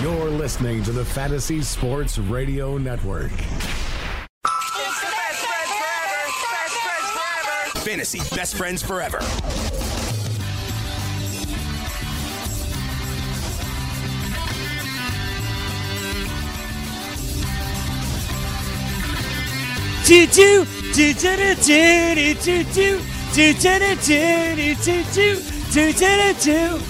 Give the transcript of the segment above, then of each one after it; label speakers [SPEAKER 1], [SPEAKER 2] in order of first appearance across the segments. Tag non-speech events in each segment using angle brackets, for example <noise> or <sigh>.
[SPEAKER 1] You're listening to the Fantasy Sports Radio Network.
[SPEAKER 2] Fantasy Best Friends Forever.
[SPEAKER 3] do do do do do do do do do do do do do do do do do do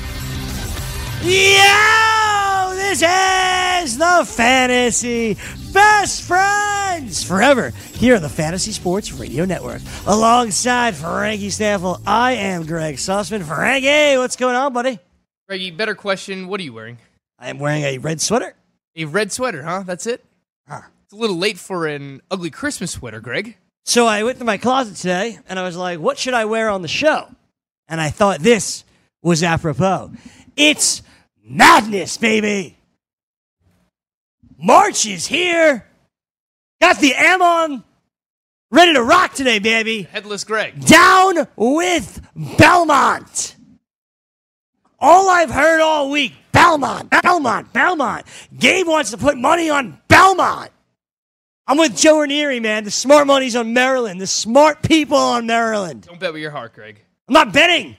[SPEAKER 3] Yo! This is the Fantasy Best Friends Forever here on the Fantasy Sports Radio Network. Alongside Frankie Staffel, I am Greg Sussman. Frankie, what's going on, buddy?
[SPEAKER 4] Reggie, better question. What are you wearing?
[SPEAKER 3] I am wearing a red sweater. Ah,
[SPEAKER 4] A red sweater, huh? That's it?
[SPEAKER 3] Huh.
[SPEAKER 4] It's a little late for an ugly Christmas sweater, Greg.
[SPEAKER 3] So I went to my closet today and I was like, what should I wear on the show? And I thought this was apropos. It's madness, baby. March is here. Got the M on. Ready to rock today, baby.
[SPEAKER 4] Headless Greg.
[SPEAKER 3] Down with Belmont. All I've heard all week Belmont, Belmont, Belmont. Gabe wants to put money on Belmont. I'm with Joe Ranieri, man. The smart money's on Maryland. The smart people on Maryland.
[SPEAKER 4] Don't bet with your heart, Greg.
[SPEAKER 3] I'm not betting.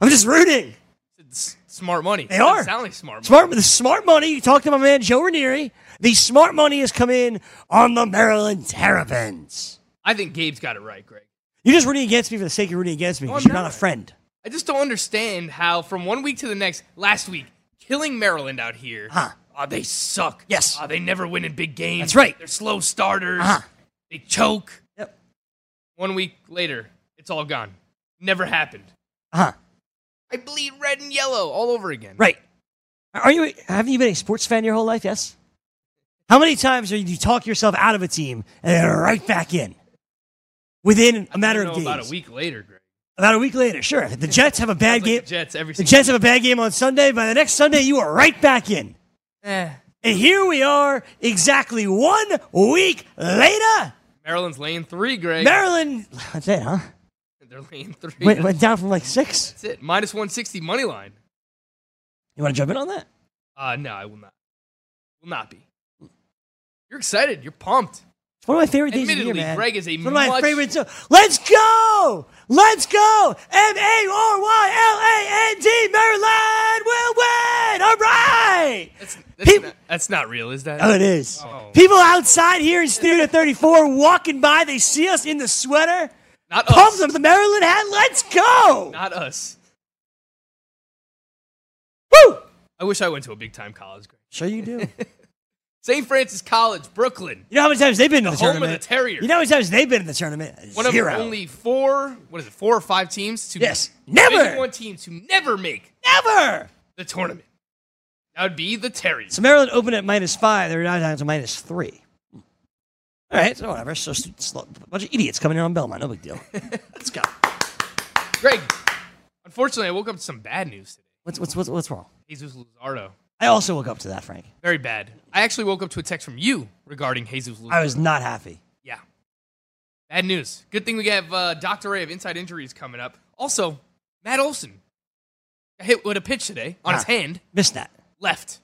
[SPEAKER 3] I'm just rooting.
[SPEAKER 4] It's smart money.
[SPEAKER 3] They
[SPEAKER 4] Doesn't
[SPEAKER 3] are.
[SPEAKER 4] Sound like smart money.
[SPEAKER 3] Smart, the smart money. You talk to my man Joe Ranieri. The smart money has come in on the Maryland Terrapins.
[SPEAKER 4] I think Gabe's got it right, Greg.
[SPEAKER 3] You're just rooting against me for the sake of rooting against me.
[SPEAKER 4] No,
[SPEAKER 3] 'cause
[SPEAKER 4] Oh, I'm
[SPEAKER 3] you're not a
[SPEAKER 4] not.
[SPEAKER 3] friend.
[SPEAKER 4] I just don't understand how from one week to the next, last week, killing Maryland out here.
[SPEAKER 3] Huh.
[SPEAKER 4] Ah, they suck.
[SPEAKER 3] Uh-huh. Yes.
[SPEAKER 4] Ah, they never win in big games.
[SPEAKER 3] That's right.
[SPEAKER 4] They're slow starters.
[SPEAKER 3] Uh-huh.
[SPEAKER 4] They choke.
[SPEAKER 3] Yep.
[SPEAKER 4] One week later, it's all gone. Never happened.
[SPEAKER 3] Uh huh.
[SPEAKER 4] I bleed red and yellow all over again.
[SPEAKER 3] Right. Are you? Haven't you been a sports fan your whole life? Yes. How many times are you, you talk yourself out of a team and then right back in within a matter
[SPEAKER 4] You know,
[SPEAKER 3] of days?
[SPEAKER 4] About a week later, Greg.
[SPEAKER 3] About a week later, sure. The Jets have a bad
[SPEAKER 4] Like
[SPEAKER 3] game.
[SPEAKER 4] the Jets every
[SPEAKER 3] The
[SPEAKER 4] single
[SPEAKER 3] Jets have a bad game on Sunday. By the next Sunday, you are right back in.
[SPEAKER 4] Eh,
[SPEAKER 3] And here we are, exactly one week later.
[SPEAKER 4] Maryland's lane three, Greg.
[SPEAKER 3] Maryland, <laughs> that's it, huh?
[SPEAKER 4] <laughs> They're lane three.
[SPEAKER 3] Went, went down from like six.
[SPEAKER 4] That's it. Minus 160 money line.
[SPEAKER 3] You want to jump in on that?
[SPEAKER 4] Uh, no, I will not. Will not be. You're excited. You're pumped.
[SPEAKER 3] It's one of my favorite days of the year,
[SPEAKER 4] Admittedly,
[SPEAKER 3] man.
[SPEAKER 4] Greg is a
[SPEAKER 3] it's one of my
[SPEAKER 4] much-
[SPEAKER 3] favorite. So- Let's go! Let's go! M A R Y L A N D Maryland will win! All right!
[SPEAKER 4] That's, that's,
[SPEAKER 3] Peop-
[SPEAKER 4] not, that's not real, is that?
[SPEAKER 3] Oh, it is.
[SPEAKER 4] Oh.
[SPEAKER 3] People outside here in Studio 34 walking by, they see us in the sweater.
[SPEAKER 4] not
[SPEAKER 3] Pump
[SPEAKER 4] us.
[SPEAKER 3] them the Maryland hat. Let's go!
[SPEAKER 4] Oh. Not us.
[SPEAKER 3] Woo!
[SPEAKER 4] I wish I went to a big time college. Greg.
[SPEAKER 3] Sure you do.
[SPEAKER 4] St. Francis College, Brooklyn.
[SPEAKER 3] You know how many times they've been in the
[SPEAKER 4] home of
[SPEAKER 3] tournament?
[SPEAKER 4] the Terriers.
[SPEAKER 3] You know how many times they've been in the tournament?
[SPEAKER 4] One of
[SPEAKER 3] Zero.
[SPEAKER 4] only four, what is it, four or five teams to
[SPEAKER 3] Yes. Never.
[SPEAKER 4] Division one teams who never make
[SPEAKER 3] Never.
[SPEAKER 4] the tournament. That would be the Terries.
[SPEAKER 3] So Maryland opened at minus five. They're now down to minus three. All right, so whatever. So s- s- a bunch of idiots coming in on Belmont. No big
[SPEAKER 4] <laughs>
[SPEAKER 3] deal. Let's go.
[SPEAKER 4] Greg, unfortunately, I woke up to some bad news today.
[SPEAKER 3] What's what's what's, what's wrong?
[SPEAKER 4] Jesus Luzardo.
[SPEAKER 3] I also woke up to that, Frank.
[SPEAKER 4] Very bad. I actually woke up to a text from you regarding Jesus Luzardo.
[SPEAKER 3] I was not happy.
[SPEAKER 4] yeah. Bad news. Good thing we have uh, Dr. Ray of Inside Injuries coming up. Also, Matt Olson got hit with a pitch today on his
[SPEAKER 3] Ah.
[SPEAKER 4] hand,
[SPEAKER 3] Missed that.
[SPEAKER 4] left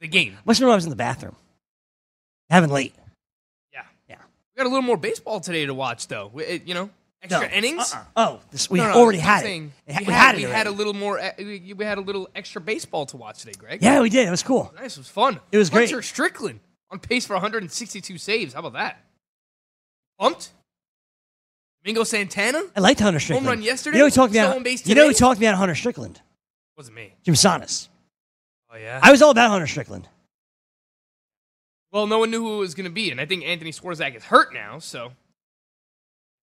[SPEAKER 4] the game.
[SPEAKER 3] Must have been when I was in the bathroom. Having late.
[SPEAKER 4] Yeah.
[SPEAKER 3] Yeah.
[SPEAKER 4] We got a little more baseball today to watch, though. We- it- you know,
[SPEAKER 3] No.
[SPEAKER 4] extra innings.
[SPEAKER 3] Uh-uh. Oh, this, we
[SPEAKER 4] No, no,
[SPEAKER 3] already
[SPEAKER 4] I'm
[SPEAKER 3] had it.
[SPEAKER 4] saying
[SPEAKER 3] It ha-
[SPEAKER 4] We,
[SPEAKER 3] We,
[SPEAKER 4] had,
[SPEAKER 3] had,
[SPEAKER 4] we
[SPEAKER 3] it.
[SPEAKER 4] had a
[SPEAKER 3] already.
[SPEAKER 4] little more. e- We we had a little extra baseball to watch today, Greg.
[SPEAKER 3] yeah, we did. It was cool.
[SPEAKER 4] Nice. It was fun.
[SPEAKER 3] It was great.
[SPEAKER 4] Hunter Strickland on pace for 162 saves. How about that? Pumped. Domingo Santana
[SPEAKER 3] I liked Hunter Strickland.
[SPEAKER 4] run yesterday?
[SPEAKER 3] You know who talked me
[SPEAKER 4] Still
[SPEAKER 3] out?
[SPEAKER 4] on base
[SPEAKER 3] You know who
[SPEAKER 4] today?
[SPEAKER 3] talked me out of Hunter Strickland?
[SPEAKER 4] wasn't me.
[SPEAKER 3] Jim Sonis.
[SPEAKER 4] Oh yeah.
[SPEAKER 3] I was all about Hunter Strickland.
[SPEAKER 4] well, no one knew who it was going to be, and I think Anthony Swarzak is hurt now, so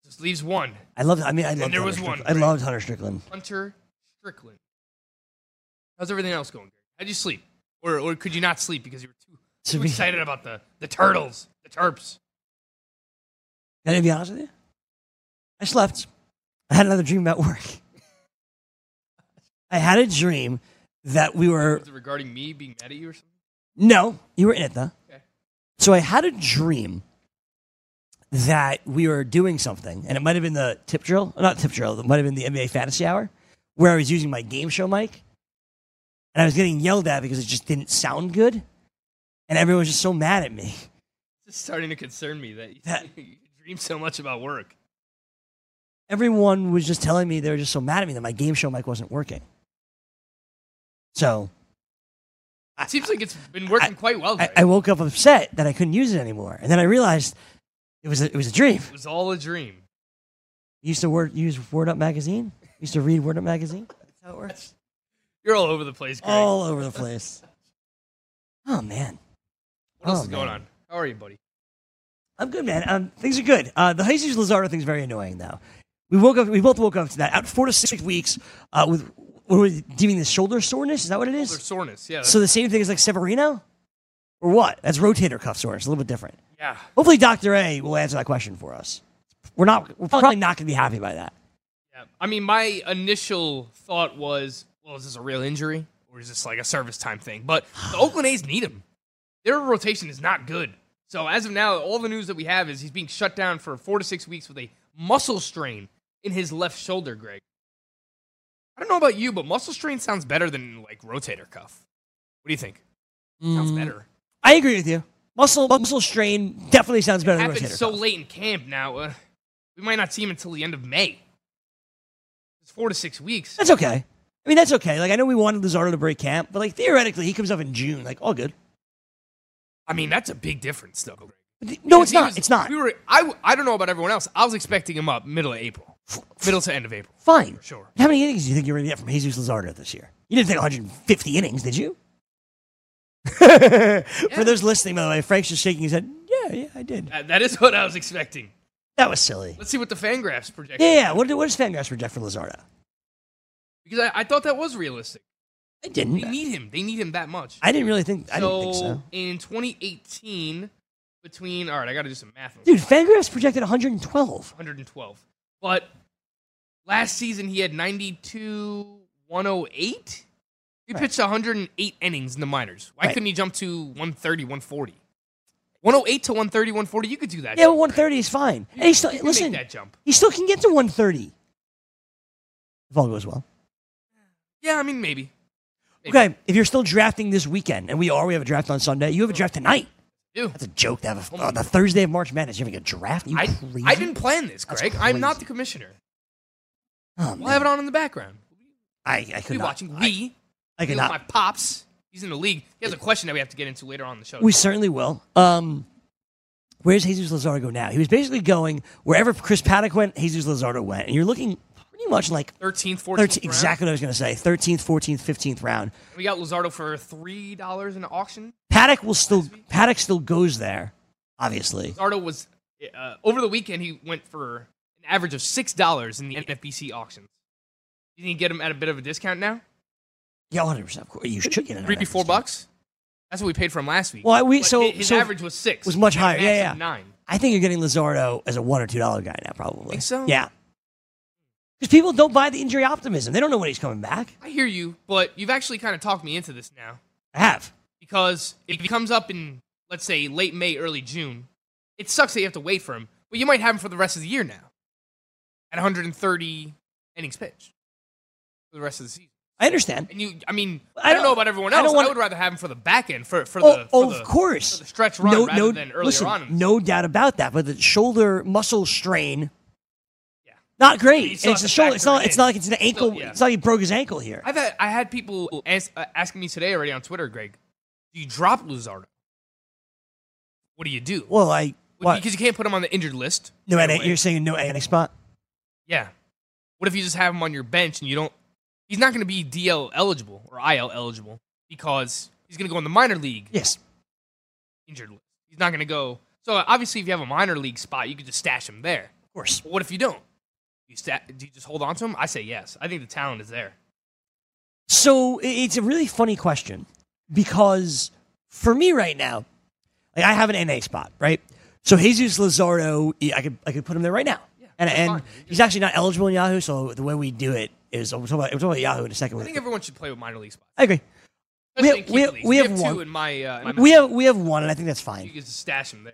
[SPEAKER 4] just leaves one.
[SPEAKER 3] I loved. I mean, I loved.
[SPEAKER 4] there
[SPEAKER 3] Hunter
[SPEAKER 4] was one,
[SPEAKER 3] Strickland. I
[SPEAKER 4] right?
[SPEAKER 3] loved Hunter Strickland.
[SPEAKER 4] Hunter Strickland. How's everything else going? Greg? How'd you sleep? Or, or could you not sleep because you were
[SPEAKER 3] To
[SPEAKER 4] too, too
[SPEAKER 3] be,
[SPEAKER 4] excited about the, the turtles, the terps?
[SPEAKER 3] Can I be honest with you? I slept. I had another dream about work. <laughs> I had a dream that we were
[SPEAKER 4] Was it regarding me being mad at you or something?
[SPEAKER 3] No, you were in it though.
[SPEAKER 4] Okay.
[SPEAKER 3] So I had a dream that we were doing something, and it might have been the tip drill, not tip drill. It might have been the NBA fantasy hour, where I was using my game show mic, and I was getting yelled at because it just didn't sound good, and everyone was just so mad at me.
[SPEAKER 4] This is starting to concern me that you,
[SPEAKER 3] That-
[SPEAKER 4] <laughs> you dream so much about work.
[SPEAKER 3] Everyone was just telling me they were just so mad at me that my game show mic wasn't working. So
[SPEAKER 4] It seems like it's been working quite well.
[SPEAKER 3] I,
[SPEAKER 4] right?
[SPEAKER 3] I woke up upset that I couldn't use it anymore, and then I realized it was a, it was a dream.
[SPEAKER 4] it was all a dream.
[SPEAKER 3] You used to word, use Word Up magazine. You used to read Word Up magazine. That's how it works.
[SPEAKER 4] You're all over the place, Greg.
[SPEAKER 3] All over the place. Oh man,
[SPEAKER 4] what else
[SPEAKER 3] oh,
[SPEAKER 4] is going
[SPEAKER 3] man.
[SPEAKER 4] on? How are you, buddy?
[SPEAKER 3] I'm good, man. Um, things are good. Uh, the Jesus Lazardo thing's very annoying, though. We woke up. We both woke up to that. Out four to six weeks uh, with what are we deeming the shoulder soreness. Is that what it
[SPEAKER 4] There's
[SPEAKER 3] is?
[SPEAKER 4] soreness. Yeah.
[SPEAKER 3] So the same thing as like Severino, or what? That's rotator cuff soreness. A little bit different.
[SPEAKER 4] yeah.
[SPEAKER 3] Hopefully, Doctor A will answer that question for us. We're not. We're probably not going to be happy by that.
[SPEAKER 4] Yeah. I mean, my initial thought was, well, is this a real injury or is this like a service time thing? But
[SPEAKER 3] <sighs>
[SPEAKER 4] the Oakland A's need him. Their rotation is not good. So as of now, all the news that we have is he's being shut down for four to six weeks with a muscle strain in his left shoulder, Greg. I don't know about you, but muscle strain sounds better than like rotator cuff. What do you think? Sounds
[SPEAKER 3] Mm.
[SPEAKER 4] better.
[SPEAKER 3] I agree with you. Muscle muscle strain definitely sounds better than
[SPEAKER 4] Happened
[SPEAKER 3] rotator
[SPEAKER 4] so
[SPEAKER 3] cuff.
[SPEAKER 4] late in camp now. Uh, we might not see him until the end of May. It's four to six weeks.
[SPEAKER 3] That's okay. I mean, that's okay. Like, I know we wanted Lizardo to break camp, but like theoretically, he comes up in June. Like, all good.
[SPEAKER 4] I mean, that's a big difference, though.
[SPEAKER 3] But the- no, it's
[SPEAKER 4] Because he
[SPEAKER 3] not.
[SPEAKER 4] was-
[SPEAKER 3] it's not.
[SPEAKER 4] We were. I, w- I don't know about everyone else. I was expecting him up middle of April, middle to end of April.
[SPEAKER 3] Fine.
[SPEAKER 4] Sure.
[SPEAKER 3] How many innings do you think you're going to get from Jesus Lizardo this year? You didn't think 150 innings, did you? <laughs> For those listening, by the way, Frank's just shaking his head. Yeah, yeah, I did.
[SPEAKER 4] That, that is <laughs> what I was expecting.
[SPEAKER 3] That was silly.
[SPEAKER 4] Let's see what the Fangraphs project.
[SPEAKER 3] Yeah, yeah. What, did- what does Fangraphs project for Lizardo?
[SPEAKER 4] Because I, I thought that was realistic.
[SPEAKER 3] I
[SPEAKER 4] They
[SPEAKER 3] didn't.
[SPEAKER 4] need him. They need him that much.
[SPEAKER 3] I didn't really think. I didn't think so.
[SPEAKER 4] in 2018, between all right, I got to do some math.
[SPEAKER 3] Dude, Fangraphs projected 112.
[SPEAKER 4] 112. But last season he had 92, 108. He
[SPEAKER 3] Right.
[SPEAKER 4] pitched 108 innings in the minors. Why
[SPEAKER 3] Right.
[SPEAKER 4] couldn't he jump to 130, 140? 108 to 130, 140, you could do that.
[SPEAKER 3] Yeah, but
[SPEAKER 4] jump.
[SPEAKER 3] 130 is fine. And he still
[SPEAKER 4] you can
[SPEAKER 3] listen.
[SPEAKER 4] make that jump.
[SPEAKER 3] He still can get to 130. If all goes well.
[SPEAKER 4] Yeah, I mean maybe. Maybe.
[SPEAKER 3] Okay, if you're still drafting this weekend, and we are, we have a draft on Sunday. You have a draft tonight.
[SPEAKER 4] Do.
[SPEAKER 3] That's a joke to have a, on the Thursday of March Madness. You're having a draft? You
[SPEAKER 4] Oh I,
[SPEAKER 3] crazy? Oh,
[SPEAKER 4] I didn't plan this,
[SPEAKER 3] That's
[SPEAKER 4] Greg. I'm not
[SPEAKER 3] crazy.
[SPEAKER 4] the commissioner.
[SPEAKER 3] Oh,
[SPEAKER 4] We'll have
[SPEAKER 3] man.
[SPEAKER 4] it on in the background.
[SPEAKER 3] I, I could
[SPEAKER 4] We'll be
[SPEAKER 3] not.
[SPEAKER 4] watching.
[SPEAKER 3] I-
[SPEAKER 4] we,
[SPEAKER 3] I,
[SPEAKER 4] we
[SPEAKER 3] could
[SPEAKER 4] with
[SPEAKER 3] not.
[SPEAKER 4] my pops. He's in the league. He has a question that we have to get into later on in the show.
[SPEAKER 3] we certainly will. Um, where's Jesus Lazardo go now? He was basically going wherever Chris Paddock went, Jesus Lazardo went. And you're looking pretty much like
[SPEAKER 4] 13th,
[SPEAKER 3] 13,
[SPEAKER 4] 14th. round.
[SPEAKER 3] exactly what I was going to say 13th, 14th, 15th round.
[SPEAKER 4] We got Lazardo for three dollars in the auction.
[SPEAKER 3] Paddock will still, Paddock still goes there, obviously.
[SPEAKER 4] Lazardo was uh, over the weekend. He went for an average of six dollars in the NFBC auctions. You think you get him at a bit of a discount now?
[SPEAKER 3] Yeah, 100%. Of course. You should get an
[SPEAKER 4] Three to
[SPEAKER 3] NFTs.
[SPEAKER 4] four bucks. That's what we paid for him last week.
[SPEAKER 3] Well, we-
[SPEAKER 4] But
[SPEAKER 3] so-
[SPEAKER 4] hi- his
[SPEAKER 3] so-
[SPEAKER 4] average was six.
[SPEAKER 3] was much higher.
[SPEAKER 4] Max
[SPEAKER 3] Yeah, yeah.
[SPEAKER 4] of Nine.
[SPEAKER 3] I think you're getting Lazardo as a one or two dollar guy now, probably.
[SPEAKER 4] Think so?
[SPEAKER 3] Yeah. Because people don't buy the injury optimism. They don't know when he's coming back.
[SPEAKER 4] I hear you, but you've actually kind of talked me into this now
[SPEAKER 3] I have.
[SPEAKER 4] because if he comes up in let's say late May, early June, it sucks that you have to wait for him, but you might have him for the rest of the year now at 130 innings pitched for the rest of the season.
[SPEAKER 3] I understand.
[SPEAKER 4] And you, I mean,
[SPEAKER 3] I
[SPEAKER 4] I don't
[SPEAKER 3] don't-
[SPEAKER 4] know about everyone
[SPEAKER 3] I
[SPEAKER 4] else.
[SPEAKER 3] don't
[SPEAKER 4] I,
[SPEAKER 3] wanna-
[SPEAKER 4] would rather have him for the back end for for
[SPEAKER 3] Oh,
[SPEAKER 4] the for
[SPEAKER 3] oh,
[SPEAKER 4] the,
[SPEAKER 3] of course.
[SPEAKER 4] for the stretch run rather
[SPEAKER 3] no,
[SPEAKER 4] than earlier
[SPEAKER 3] listen,
[SPEAKER 4] on. in the
[SPEAKER 3] no doubt about that. But the shoulder muscle strain,
[SPEAKER 4] Yeah.
[SPEAKER 3] not
[SPEAKER 4] You
[SPEAKER 3] great.
[SPEAKER 4] still
[SPEAKER 3] it's
[SPEAKER 4] have
[SPEAKER 3] a
[SPEAKER 4] to
[SPEAKER 3] shoulder. It's
[SPEAKER 4] factor
[SPEAKER 3] not.
[SPEAKER 4] it
[SPEAKER 3] It's
[SPEAKER 4] in.
[SPEAKER 3] not like it's an ankle.
[SPEAKER 4] yeah.
[SPEAKER 3] It's not like he broke his ankle here.
[SPEAKER 4] I've had I had people as, uh, asking me today already on Twitter, Greg, do you drop Luzardo? What do you do?
[SPEAKER 3] well, I what?
[SPEAKER 4] Because you can't put him on the injured list.
[SPEAKER 3] no,
[SPEAKER 4] right
[SPEAKER 3] annex-
[SPEAKER 4] away.
[SPEAKER 3] you're saying no annex spot.
[SPEAKER 4] yeah. What if you just have him on your bench and you don't? He's not going to be DL eligible or IL eligible because he's going to go in the minor league
[SPEAKER 3] Yes.
[SPEAKER 4] injured list. He's not going to go. So obviously, if you have a minor league spot, you could just stash him there.
[SPEAKER 3] Of course.
[SPEAKER 4] But what if you don't? You sta- do you just hold on to him? I say yes. I think the talent is there.
[SPEAKER 3] So i- it's a really funny question. because for me right now, like I have an NA spot, right? So Jesus Lazardo, I could I could put him there right now, and
[SPEAKER 4] that's fine.
[SPEAKER 3] and he's actually not eligible in Yahoo. So the way we do it is we'll talk about, we'll talk about Yahoo in a second.
[SPEAKER 4] I think everyone should play with minor league spots.
[SPEAKER 3] I agree. We
[SPEAKER 4] Especially
[SPEAKER 3] have-
[SPEAKER 4] in
[SPEAKER 3] we
[SPEAKER 4] keeper
[SPEAKER 3] have-
[SPEAKER 4] leagues.
[SPEAKER 3] we have
[SPEAKER 4] two
[SPEAKER 3] one.
[SPEAKER 4] in my. Uh, in my
[SPEAKER 3] We
[SPEAKER 4] matchup.
[SPEAKER 3] have we have one, and I think that's
[SPEAKER 4] You
[SPEAKER 3] fine.
[SPEAKER 4] can just stash him there.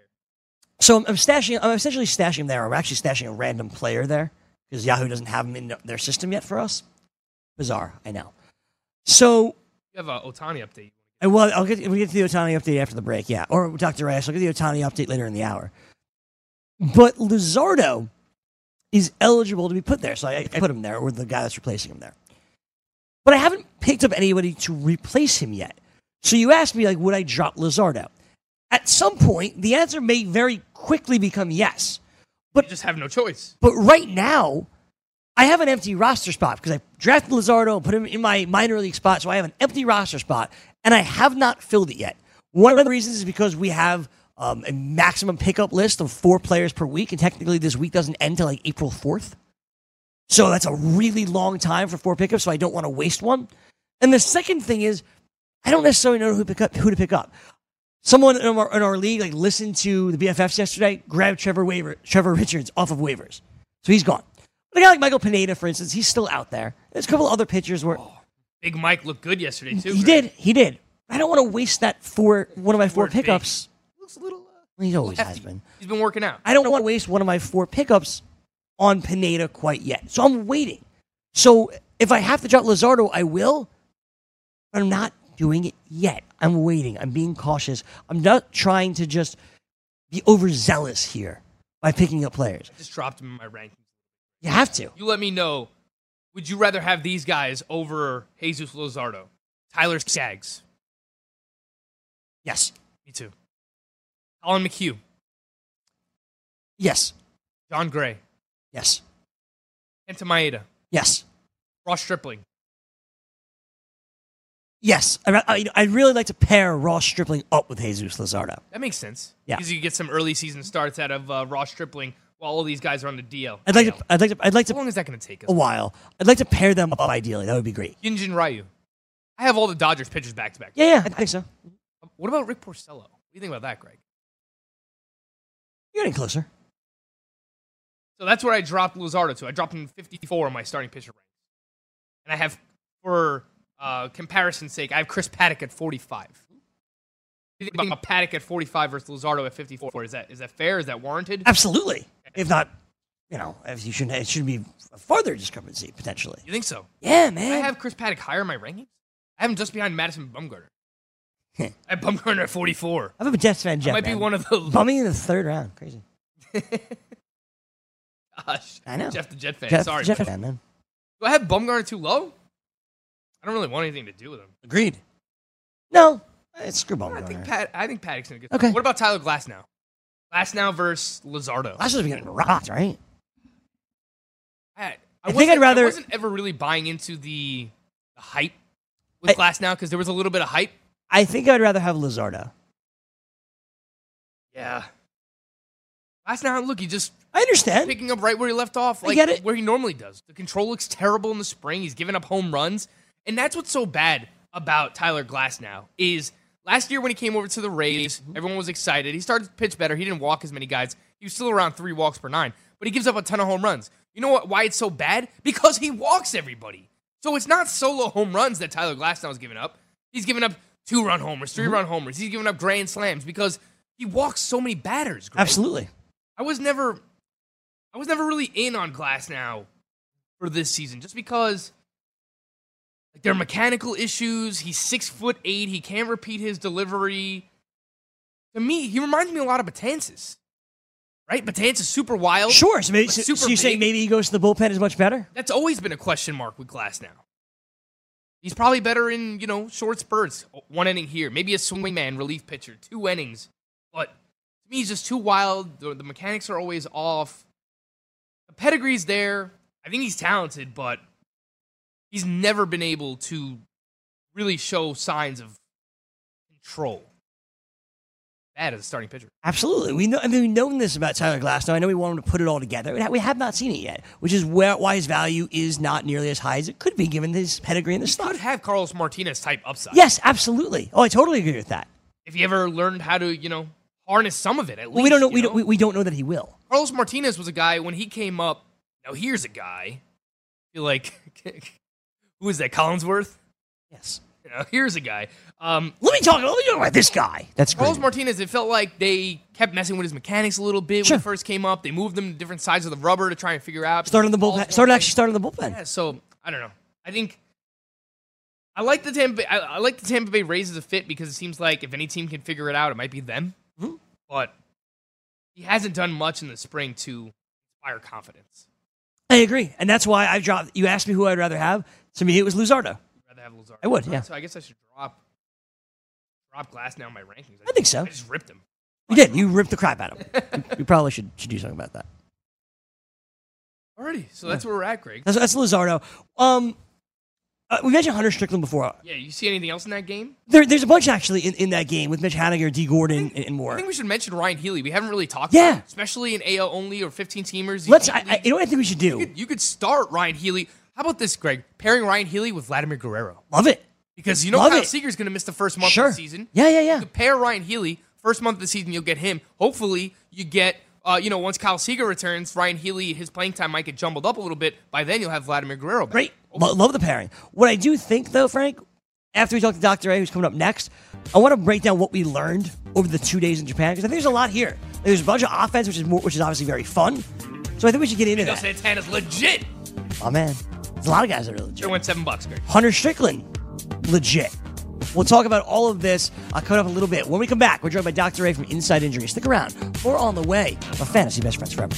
[SPEAKER 3] So I'm, I'm stashing. I'm essentially stashing him there. I'm actually stashing a random player there because Yahoo doesn't have him in their system yet for us. Bizarre, I know. So
[SPEAKER 4] You have a Otani update.
[SPEAKER 3] I- Uh, Well, I'll get we will get to the Otani update after the break, yeah. Or Dr. Ash, I'll get the Otani update later in the hour. But Luzardo is eligible to be put there, so I, I put him there, or the guy that's replacing him there. But I haven't picked up anybody to replace him yet. So you asked me, like, would I drop Luzardo? At some point, the answer may very quickly become yes.
[SPEAKER 4] You just have no choice.
[SPEAKER 3] But right now, I have an empty roster spot because I drafted Lazardo and put him in my minor league spot. So I have an empty roster spot, and I have not filled it yet. One of the reasons is because we have um, a maximum pickup list of four players per week, and technically this week doesn't end till like April 4th. So that's a really long time for four pickups, so I don't want to waste one. And the second thing is, I don't necessarily know who, pick up, who to pick up. Someone in our, in our league like listened to the BFFs yesterday, grabbed Trevor, Waver, Trevor Richards off of waivers. So he's gone. But a guy like Michael Pineda, for instance, he's still out there. There's a couple other pitchers where
[SPEAKER 4] Big Mike looked good yesterday too.
[SPEAKER 3] he
[SPEAKER 4] Greg.
[SPEAKER 3] did, he did. I don't want to waste that for one of my four
[SPEAKER 4] Word big.
[SPEAKER 3] pickups.
[SPEAKER 4] Looks a little. Uh,
[SPEAKER 3] He always has
[SPEAKER 4] hefty.
[SPEAKER 3] been.
[SPEAKER 4] He's been working out.
[SPEAKER 3] I don't want to waste one of my four pickups on Pineda quite yet. So I'm waiting. So if I have to drop Lazardo, I will. But I'm not doing it yet. I'm waiting. I'm being cautious. I'm not trying to just be overzealous here by picking up players.
[SPEAKER 4] Just dropped him in my rankings.
[SPEAKER 3] You have to.
[SPEAKER 4] You let me know. Would you rather have these guys over Jesus Lozardo, Tyler Skaggs?
[SPEAKER 3] Yes.
[SPEAKER 4] Me too. Colin McHugh,
[SPEAKER 3] Yes.
[SPEAKER 4] John Gray,
[SPEAKER 3] Yes.
[SPEAKER 4] Kenta Maeda,
[SPEAKER 3] Yes.
[SPEAKER 4] Ross Stripling.
[SPEAKER 3] Yes. I, I, I'd really like to pair Ross Stripling up with Jesus Lazardo.
[SPEAKER 4] That makes sense.
[SPEAKER 3] Yeah.
[SPEAKER 4] Because you get some early season starts out of uh, Ross Stripling while all these guys are on the DL.
[SPEAKER 3] I'd like Oh. to. I'd like to. I'd like
[SPEAKER 4] How
[SPEAKER 3] to.
[SPEAKER 4] long is that going to take us?
[SPEAKER 3] A while. I'd like to pair them up ideally. That would be great.
[SPEAKER 4] Yinjin Ryu. I have all the Dodgers pitchers back to back. Um,
[SPEAKER 3] Yeah. Yeah. I think so.
[SPEAKER 4] What about Rick Porcello? What do you think about that, Greg?
[SPEAKER 3] You're getting closer.
[SPEAKER 4] So that's where I dropped Luzardo to. I dropped him 54 on my starting pitcher rank. And I have, for uh, comparison's sake, I have Chris Paddock at 45. What do you think about Paddock at 45 versus Luzardo at 54? Is that, is that fair? Is that warranted?
[SPEAKER 3] Absolutely. If not, you know, if you shouldn't. It should be a farther discrepancy potentially.
[SPEAKER 4] You think so?
[SPEAKER 3] Yeah,
[SPEAKER 4] I
[SPEAKER 3] man.
[SPEAKER 4] have Chris Paddock higher in my rankings. I have him just behind Madison
[SPEAKER 3] <laughs>
[SPEAKER 4] Bumgarner. I have Bumgarner at 44.
[SPEAKER 3] I'm a Jets fan. Jeff
[SPEAKER 4] might be
[SPEAKER 3] man.
[SPEAKER 4] one of the.
[SPEAKER 3] Bumming in the third round. Crazy.
[SPEAKER 4] <laughs> Gosh.
[SPEAKER 3] I know.
[SPEAKER 4] Jeff the Jet fan.
[SPEAKER 3] Jeff,
[SPEAKER 4] Sorry.
[SPEAKER 3] Jeff
[SPEAKER 4] Jeff.
[SPEAKER 3] fan, man.
[SPEAKER 4] Do I have Bumgarner too low? I don't really want anything to do with him.
[SPEAKER 3] Agreed. No, Eh, it's screwball.
[SPEAKER 4] I
[SPEAKER 3] going
[SPEAKER 4] think
[SPEAKER 3] on.
[SPEAKER 4] Pat. I think Paddock's gonna get.
[SPEAKER 3] Okay.
[SPEAKER 4] What about Tyler Glass now? Glass now versus Lazardo. I,
[SPEAKER 3] Last was getting rocked, right?
[SPEAKER 4] I,
[SPEAKER 3] think
[SPEAKER 4] wasn't-
[SPEAKER 3] I'd rather-
[SPEAKER 4] I wasn't ever really buying into the, the hype with
[SPEAKER 3] I-
[SPEAKER 4] Glass now because there was a little bit of hype.
[SPEAKER 3] I think I'd rather have Lizardo.
[SPEAKER 4] Yeah. Glass now, look, he just
[SPEAKER 3] I understand.
[SPEAKER 4] picking up right where he left off,
[SPEAKER 3] I
[SPEAKER 4] like
[SPEAKER 3] get it.
[SPEAKER 4] where he normally does. The control looks terrible in the spring. He's giving up home runs, and that's what's so bad about Tyler Glass now is last year when he came over to the Rays,
[SPEAKER 3] Mm-hmm.
[SPEAKER 4] everyone was excited. He started to pitch better. He didn't walk as many guys. He was still around three walks per nine, but he gives up a ton of home runs. You know what? Why it's so bad? Because he walks everybody. So it's not solo home runs that Tyler Glass now is giving up. He's giving up two run homers, three
[SPEAKER 3] Mm-hmm.
[SPEAKER 4] run homers. He's giving up grand slams because he walks so many batters. Greg.
[SPEAKER 3] Absolutely.
[SPEAKER 4] I was never I was never really in on Glass now for this season just because like there are mechanical issues. He's six foot eight. He can't repeat his delivery. To me, he reminds me a lot of Batansis. Right? Batansis is super wild.
[SPEAKER 3] Sure. So, maybe,
[SPEAKER 4] But
[SPEAKER 3] so,
[SPEAKER 4] Oh, super
[SPEAKER 3] so you say
[SPEAKER 4] big.
[SPEAKER 3] maybe he goes to the bullpen is much better?
[SPEAKER 4] That's always been a question mark with Glass now. He's probably better in, you know, short spurts. One inning here, maybe a swingman relief pitcher, two innings. But to me, he's just too wild. The, the mechanics are always off. The pedigree's there. I think he's talented, but he's never been able to really show signs of control. bad as a starting pitcher.
[SPEAKER 3] Absolutely. We know. I mean, we've known this about Tyler Glass. Now I know we want him to put it all together. We ha- We have not seen it yet, which is where, why his value is not nearly as high as it could be given his pedigree and the
[SPEAKER 4] Could
[SPEAKER 3] stuff.
[SPEAKER 4] have Carlos Martinez type upside.
[SPEAKER 3] Yes, absolutely. Oh, I totally agree with that.
[SPEAKER 4] If he ever learned how to, you know, harness some of it at least.
[SPEAKER 3] Well, we don't know.
[SPEAKER 4] you
[SPEAKER 3] We don't. We, we don't know that he will.
[SPEAKER 4] Carlos Martinez was a guy when he came up. Now here's a guy. You're like, <laughs> who is that? Collinsworth.
[SPEAKER 3] Yes.
[SPEAKER 4] You know, here's a guy. Um,
[SPEAKER 3] Let me talk. Let me talk about this guy. That's great.
[SPEAKER 4] Carlos Martinez. It felt like they kept messing with his mechanics a little bit
[SPEAKER 3] Sure.
[SPEAKER 4] when he first came up. They moved him to different sides of the rubber to try and figure out.
[SPEAKER 3] started in the
[SPEAKER 4] Balls
[SPEAKER 3] bullpen.
[SPEAKER 4] weren't
[SPEAKER 3] Started
[SPEAKER 4] like-
[SPEAKER 3] actually started in the bullpen.
[SPEAKER 4] Yeah, so I don't know. I think I like the Tampa. Bay, I, I like the Tampa Bay Rays as a fit because it seems like if any team can figure it out, it might be them.
[SPEAKER 3] Mhm.
[SPEAKER 4] But he hasn't done much in the spring to inspire confidence.
[SPEAKER 3] I agree, and that's why I dropped. You asked me who I'd rather have. To me, it was Luzardo.
[SPEAKER 4] I'd rather have Lazard.
[SPEAKER 3] I would, yeah.
[SPEAKER 4] So I guess I should drop drop Glass now in my rankings.
[SPEAKER 3] I think so.
[SPEAKER 4] I just ripped him.
[SPEAKER 3] You did. You ripped the crap out of
[SPEAKER 4] <laughs>
[SPEAKER 3] him. you probably should should do something about that.
[SPEAKER 4] Alrighty, so that's where we're at, Greg.
[SPEAKER 3] That's that's Luzardo. Um, uh, we mentioned Hunter Strickland before.
[SPEAKER 4] Yeah, you see anything else in that game?
[SPEAKER 3] There, there's a bunch actually in, in that game with Mitch Haniger, D. Gordon, and, and
[SPEAKER 4] I
[SPEAKER 3] more.
[SPEAKER 4] think we should mention Ryan Healy. We haven't really talked
[SPEAKER 3] Yeah.
[SPEAKER 4] about him, especially in AL only or 15 teamers.
[SPEAKER 3] Let's. I, I, you know what I think we should
[SPEAKER 4] You
[SPEAKER 3] do?
[SPEAKER 4] could, you could start Ryan Healy. How about this, Greg? Pairing Ryan Healy with Vladimir Guerrero
[SPEAKER 3] Love it.
[SPEAKER 4] because you know
[SPEAKER 3] Love
[SPEAKER 4] Kyle
[SPEAKER 3] it.
[SPEAKER 4] Seager's going to miss the first month
[SPEAKER 3] Sure.
[SPEAKER 4] of the season.
[SPEAKER 3] Yeah, yeah, yeah.
[SPEAKER 4] You could pair Ryan Healy first month of the season. You'll get him. Hopefully, you get. Uh, you know, once Kyle Seager returns, Ryan Healy, his playing time might get jumbled up a little bit. By then, you'll have Vladimir Guerrero. Back.
[SPEAKER 3] Great. Lo- love the pairing. What I do think, though, Frank, after we talk to Dr. A, who's coming up next, I want to break down what we learned over the two days in Japan because I think there's a lot here. There's a bunch of offense, which is more, which is obviously very fun. So I think we should get into
[SPEAKER 4] Miguel
[SPEAKER 3] that.
[SPEAKER 4] Santana's legit.
[SPEAKER 3] Oh man, there's a lot of guys that are legit.
[SPEAKER 4] Sure went seven bucks, Greg.
[SPEAKER 3] Hunter Strickland, legit. We'll talk about all of this. I'll cut up a little bit. When we come back, we're joined by Dr. A from Inside Injury. Stick around. More on the way on Fantasy Best Friends Forever.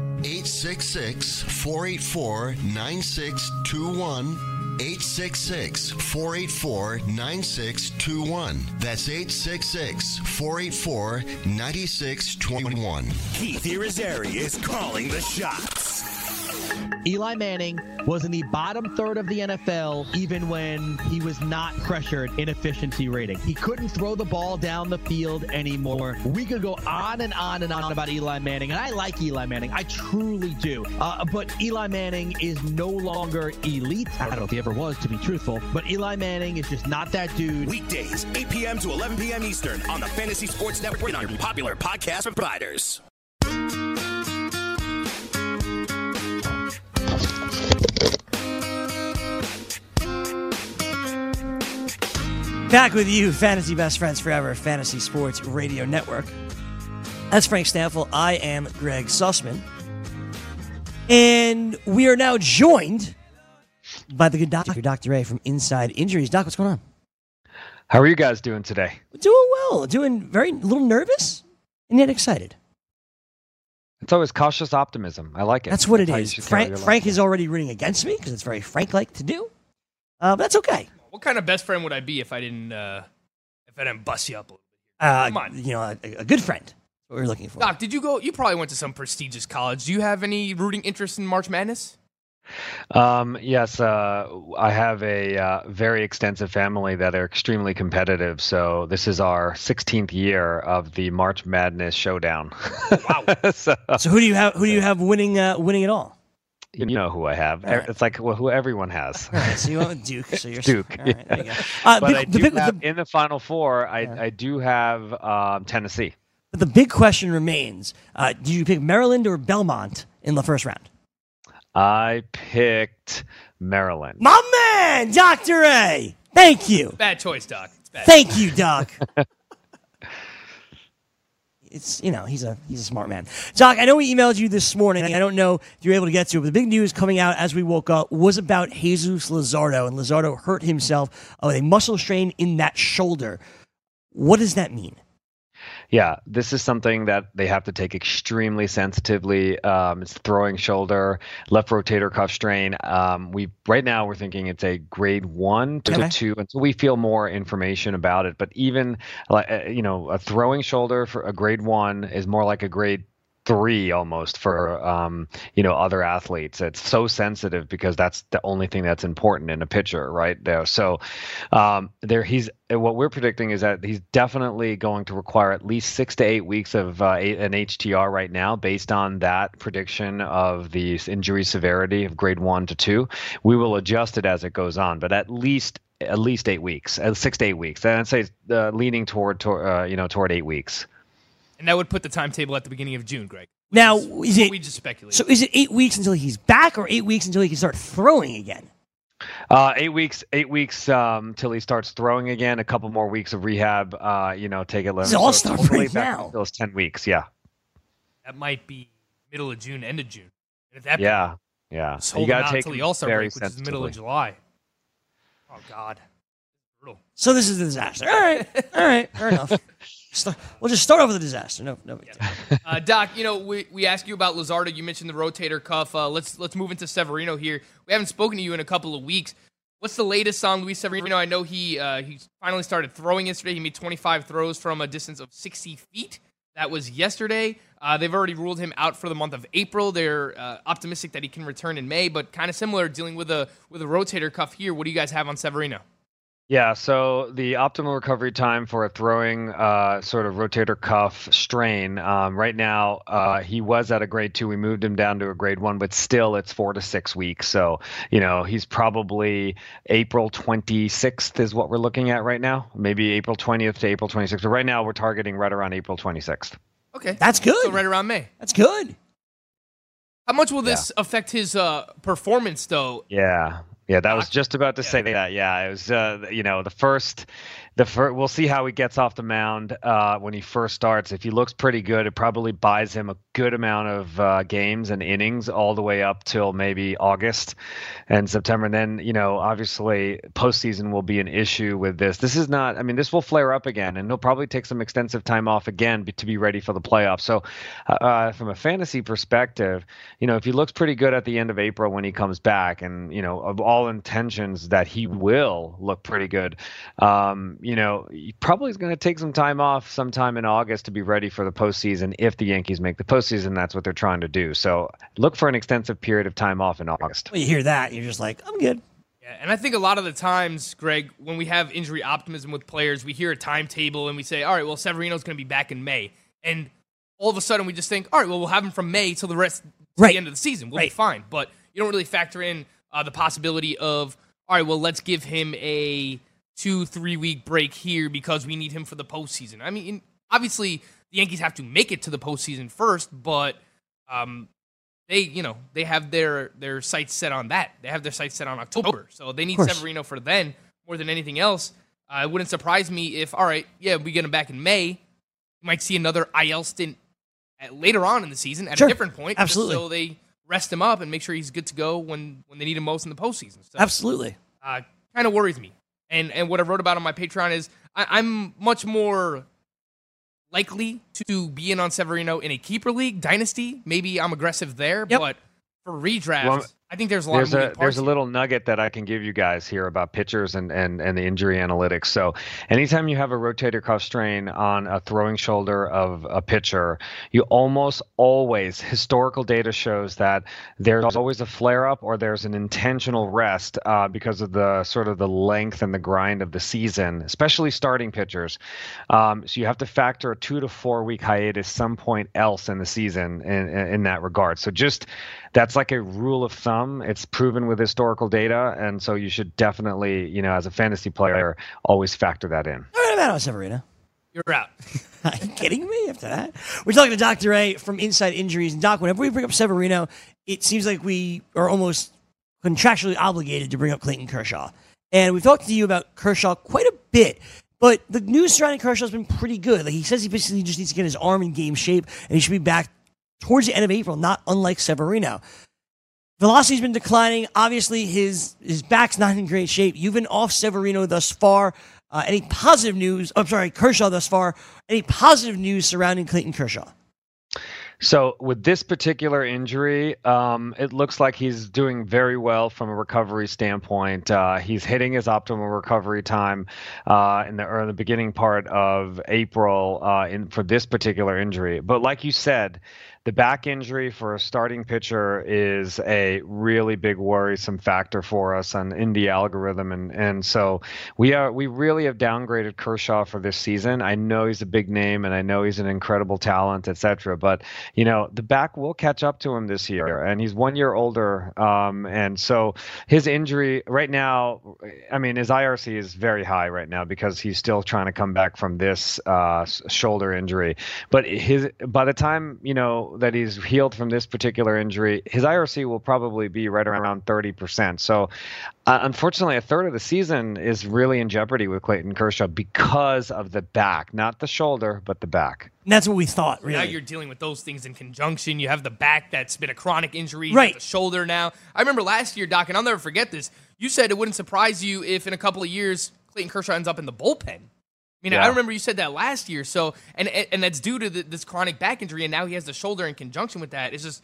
[SPEAKER 5] 866 484 9621. 866 484 9621. That's 866 484 9621.
[SPEAKER 2] Keith Irizarry is calling the shots.
[SPEAKER 6] Eli Manning was in the bottom third of the NFL even when he was not pressured in efficiency rating. He couldn't throw the ball down the field anymore. We could go on and on and on about Eli Manning, and I like Eli Manning. I truly do. Uh, but Eli Manning is no longer elite. I don't know if he ever was, to be truthful, but Eli Manning is just not that dude.
[SPEAKER 2] Weekdays, 8 p.m. to 11 p.m. Eastern on the Fantasy Sports Network and on your popular podcast providers.
[SPEAKER 3] Back with you, Fantasy Best Friends Forever, Fantasy Sports Radio Network. That's Frank Stanfield. I am Greg Sussman. And we are now joined by the good doctor, Dr. A from Inside Injuries. Doc, what's going on?
[SPEAKER 7] How are you guys doing today?
[SPEAKER 3] Doing well. Doing very little nervous and yet excited.
[SPEAKER 7] It's always cautious optimism. I like it.
[SPEAKER 3] That's what it
[SPEAKER 7] how you
[SPEAKER 3] is.
[SPEAKER 7] should carry
[SPEAKER 3] Frank,
[SPEAKER 7] your life.
[SPEAKER 3] Frank is already rooting against me because it's very Frank like to do. Uh, but that's okay.
[SPEAKER 4] What kind of best friend would I be if I didn't uh, if I didn't bust you up a little?
[SPEAKER 3] Uh,
[SPEAKER 4] Come on.
[SPEAKER 3] You know, a, a good friend. That's what we're looking for.
[SPEAKER 4] Doc, did you go? You probably went to some prestigious college. Do you have any rooting interest in March Madness?
[SPEAKER 7] Um, yes, uh, I have a uh, very extensive family that are extremely competitive. So this is our 16th year of the March Madness showdown. <laughs> Wow! so
[SPEAKER 3] So who do you have? Who do you have winning? Uh, winning it all?
[SPEAKER 7] you know who I have.
[SPEAKER 3] All right.
[SPEAKER 7] It's like well, who
[SPEAKER 3] <laughs>
[SPEAKER 7] everyone has.
[SPEAKER 3] All right, so you went with Duke. So
[SPEAKER 7] <laughs>
[SPEAKER 3] you're
[SPEAKER 7] Duke,
[SPEAKER 3] All right, there you go.
[SPEAKER 7] yeah.
[SPEAKER 3] Uh,
[SPEAKER 7] but
[SPEAKER 3] big-
[SPEAKER 7] I
[SPEAKER 3] the,
[SPEAKER 7] do
[SPEAKER 3] big,
[SPEAKER 7] have,
[SPEAKER 3] the,
[SPEAKER 7] in the Final Four, I,
[SPEAKER 3] Yeah.
[SPEAKER 7] I do have um, Tennessee.
[SPEAKER 3] the big question remains: uh, Do you pick Maryland or Belmont in the first round?
[SPEAKER 7] I picked Maryland.
[SPEAKER 3] My man, Doctor A. Thank you,
[SPEAKER 4] Bad choice, Doc. It's bad.
[SPEAKER 3] thank you,
[SPEAKER 4] <laughs>
[SPEAKER 3] Doc. It's you know he's a he's a smart man, Doc. I know we emailed you this morning. I don't know if you were able to get to it, but the big news coming out as we woke up was about Jesus Lazardo, and Lazardo hurt himself with a muscle strain in that shoulder. What does that mean?
[SPEAKER 7] Yeah, this is something that they have to take extremely sensitively. Um, it's throwing shoulder, left rotator cuff strain. Um, we right now we're thinking it's a grade one to
[SPEAKER 3] Okay.
[SPEAKER 7] two, and so we feel more information about it. But even like uh, you know, a throwing shoulder for a grade one is more like a grade three almost for um, you know other athletes. It's so sensitive because that's the only thing that's important in a pitcher, right? There, so um, there he's what we're predicting is that he's definitely going to require at least six to eight weeks of uh, eight- an HTR right now, based on that prediction of the s- injury severity of grade one to two. We will adjust it as it goes on, but at least at least eight weeks, uh, six to eight weeks, and I'd say uh, leaning toward, toward uh, you know toward eight weeks.
[SPEAKER 4] And that would put the timetable at the beginning of June, Greg.
[SPEAKER 3] Now,
[SPEAKER 4] That's
[SPEAKER 3] is
[SPEAKER 4] what
[SPEAKER 3] it-
[SPEAKER 4] we just speculated.
[SPEAKER 3] So is it eight weeks until he's back, or eight weeks until he can start throwing again?
[SPEAKER 7] Uh, eight weeks, eight weeks um, till he starts throwing again. A couple more weeks of rehab. Uh, you know, take it.
[SPEAKER 3] This is all-star break now.
[SPEAKER 7] Those ten weeks. Yeah,
[SPEAKER 4] that might be middle of June, end of June. And if that
[SPEAKER 7] yeah, yeah.
[SPEAKER 4] Just
[SPEAKER 7] you
[SPEAKER 4] holding
[SPEAKER 7] gotta
[SPEAKER 4] out
[SPEAKER 7] take
[SPEAKER 4] until the
[SPEAKER 7] him
[SPEAKER 4] All Star
[SPEAKER 7] very
[SPEAKER 4] break, which is the middle of
[SPEAKER 7] sensitively.
[SPEAKER 4] July. Oh God, brutal.
[SPEAKER 3] So this is a disaster. All right, all right, fair
[SPEAKER 4] <laughs>
[SPEAKER 3] enough. Start, we'll just start off with a disaster. No, no. big deal.
[SPEAKER 4] Uh, Doc, you know we, we asked you about Lazardo. You mentioned the rotator cuff. Uh, let's let's move into Severino here. We haven't spoken to you in a couple of weeks. What's the latest on Luis Severino? I know he uh, he finally started throwing yesterday. He made 25 throws from a distance of 60 feet. That was yesterday. Uh, they've already ruled him out for the month of April. They're uh, optimistic that he can return in May, but kind of similar, dealing with a with a rotator cuff here. What do you guys have on Severino?
[SPEAKER 7] Yeah, so the optimal recovery time for a throwing uh, sort of rotator cuff strain, um, right now uh, he was at a grade two. We moved him down to a grade one, but still it's four to six weeks. So, you know, he's probably April 26th is what we're looking at right now. Maybe April 20th to April 26th. But right now we're targeting right around April 26th.
[SPEAKER 4] Okay,
[SPEAKER 3] That's good.
[SPEAKER 4] so right around May.
[SPEAKER 3] That's good.
[SPEAKER 4] How much will this affect his uh, performance, though?
[SPEAKER 7] Yeah. Yeah, that was just about to say that. Yeah, it was. Uh, you know, the first, the first. We'll see how he gets off the mound uh, when he first starts. If he looks pretty good, it probably buys him a good amount of uh, games and innings all the way up till maybe August and September. And then, you know, obviously postseason will be an issue with this. This is not. I mean, this will flare up again, and he'll probably take some extensive time off again be- to be ready for the playoffs. So, uh, from a fantasy perspective, you know, if he looks pretty good at the end of April when he comes back, and you know, of all intentions that he will look pretty good, um, you know, he probably is going to take some time off sometime in August to be ready for the postseason. If the Yankees make the postseason, that's what they're trying to do. So look for an extensive period of time off in August.
[SPEAKER 3] When you hear that, you're just like, I'm good.
[SPEAKER 4] Yeah, and I think a lot of the times, Greg, when we have injury optimism with players, we hear a timetable and we say, all right, well, Severino's going to be back in May. And all of a sudden we just think, all right, well, we'll have him from May till the rest, till
[SPEAKER 3] Right.
[SPEAKER 4] the end of the season. We'll be
[SPEAKER 3] Right.
[SPEAKER 4] fine. But you don't really factor in uh, the possibility of, all right, well, let's give him a two, three week break here because we need him for the postseason. I mean, obviously, the Yankees have to make it to the postseason first, but. Um, they you know they have their their sights set on that. They have their sights set on October, so they need
[SPEAKER 3] Oh, course.
[SPEAKER 4] Severino for then more than anything else. Uh, it wouldn't surprise me if all right, yeah, we get him back in May. You might see another IL stint at, later on in the season at
[SPEAKER 3] Sure.
[SPEAKER 4] a different point, just
[SPEAKER 3] Absolutely.
[SPEAKER 4] So they rest him up and make sure he's good to go when when they need him most in the postseason. So
[SPEAKER 3] Absolutely.
[SPEAKER 4] uh, kind of worries me. And and what I wrote about on my Patreon is I, I'm much more likely to be in on Severino in a keeper league dynasty. Maybe I'm aggressive there,
[SPEAKER 3] Yep.
[SPEAKER 4] but for redrafts,
[SPEAKER 7] Well,
[SPEAKER 4] I think there's a lot of
[SPEAKER 7] There's a
[SPEAKER 4] moving
[SPEAKER 7] there's
[SPEAKER 4] parts
[SPEAKER 7] a
[SPEAKER 4] here.
[SPEAKER 7] little nugget that I can give you guys here about pitchers and, and and the injury analytics. So, anytime you have a rotator cuff strain on a throwing shoulder of a pitcher, you almost always historical data shows that there's always a flare up or there's an intentional rest uh, because of the sort of the length and the grind of the season, especially starting pitchers. Um, so you have to factor a two to four week hiatus some point else in the season in, in, in that regard. So just that's like a rule of thumb. It's proven with historical data, and so you should definitely, you know, as a fantasy player, always factor that in.
[SPEAKER 3] All right, I'm out, Severino.
[SPEAKER 4] You're out.
[SPEAKER 3] <laughs> Are you kidding me after that? We're talking to Dr. A from Inside Injuries. And Doc, whenever we bring up Severino, it seems like we are almost contractually obligated to bring up Clayton Kershaw. And we've talked to you about Kershaw quite a bit, but the news surrounding Kershaw has been pretty good. Like he says he basically just needs to get his arm in game shape and he should be back towards the end of April, not unlike Severino. Velocity's been declining. Obviously, his his back's not in great shape. You've been off Severino thus far. Uh, any positive news? I'm sorry, Kershaw thus far. Any positive news surrounding Clayton Kershaw?
[SPEAKER 7] So with this particular injury, um, it looks like he's doing very well from a recovery standpoint. Uh, he's hitting his optimal recovery time uh, in the or in the beginning part of April uh, in for this particular injury. But like you said, the back injury for a starting pitcher is a really big worrisome factor for us on in the algorithm, and and so we are we really have downgraded Kershaw for this season. I know he's a big name, and I know he's an incredible talent, etc. But you know the back will catch up to him this year and he's one year older um, and so his injury right now i mean his irc is very high right now because he's still trying to come back from this uh, s- shoulder injury but his by the time you know that he's healed from this particular injury his irc will probably be right around 30% so uh, unfortunately, a third of the season is really in jeopardy with Clayton Kershaw because of the back, not the shoulder, but the back.
[SPEAKER 3] And that's what we thought,
[SPEAKER 4] Now
[SPEAKER 3] really.
[SPEAKER 4] you're dealing with those things in conjunction. You have the back that's been a chronic injury, you have
[SPEAKER 3] Right.
[SPEAKER 4] The shoulder now. I remember last year, Doc, and I'll never forget this. You said it wouldn't surprise you if in a couple of years Clayton Kershaw ends up in the bullpen. I mean, I
[SPEAKER 7] Yeah.
[SPEAKER 4] remember you said that last year. So, and and and that's due to the, this chronic back injury, and now he has the shoulder in conjunction with that. It's just,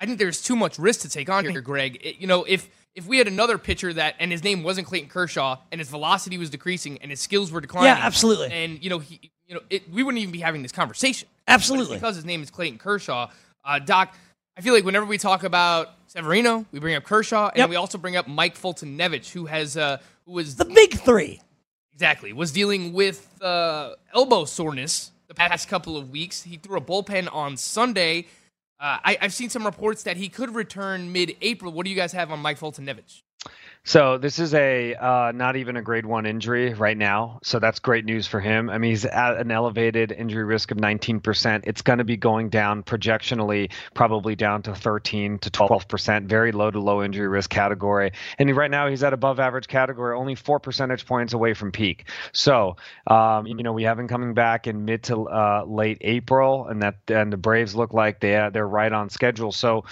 [SPEAKER 4] I think there's too much risk to take on here, Greg. It- you know, if if we had another pitcher that and his name wasn't Clayton Kershaw, and his velocity was decreasing, and his skills were declining,
[SPEAKER 3] absolutely.
[SPEAKER 4] and you know he, you know, it, we wouldn't even be having this conversation. But it's
[SPEAKER 3] Absolutely.
[SPEAKER 4] because his name is Clayton Kershaw, uh, Doc, I feel like whenever we talk about Severino, we bring up Kershaw, and
[SPEAKER 3] Yep.
[SPEAKER 4] we also bring up Mike Fulton Nevich, who has uh, who was
[SPEAKER 3] The big three.
[SPEAKER 4] exactly was dealing with uh, elbow soreness the past couple of weeks. He threw a bullpen on Sunday. Uh, I, I've seen some reports that he could return mid-April. What do you guys have on Mike Fulton Nevich?
[SPEAKER 7] So this is a uh, not even a grade one injury right now. So that's great news for him. I mean, he's at an elevated injury risk of 19%. It's going to be going down projectionally, probably down to 13 to 12%, very low to low injury risk category. And right now he's at above average category, only four percentage points away from peak. So, um, you know, we have him coming back in mid to uh, late April, and that and the Braves look like they uh, they're right on schedule. So,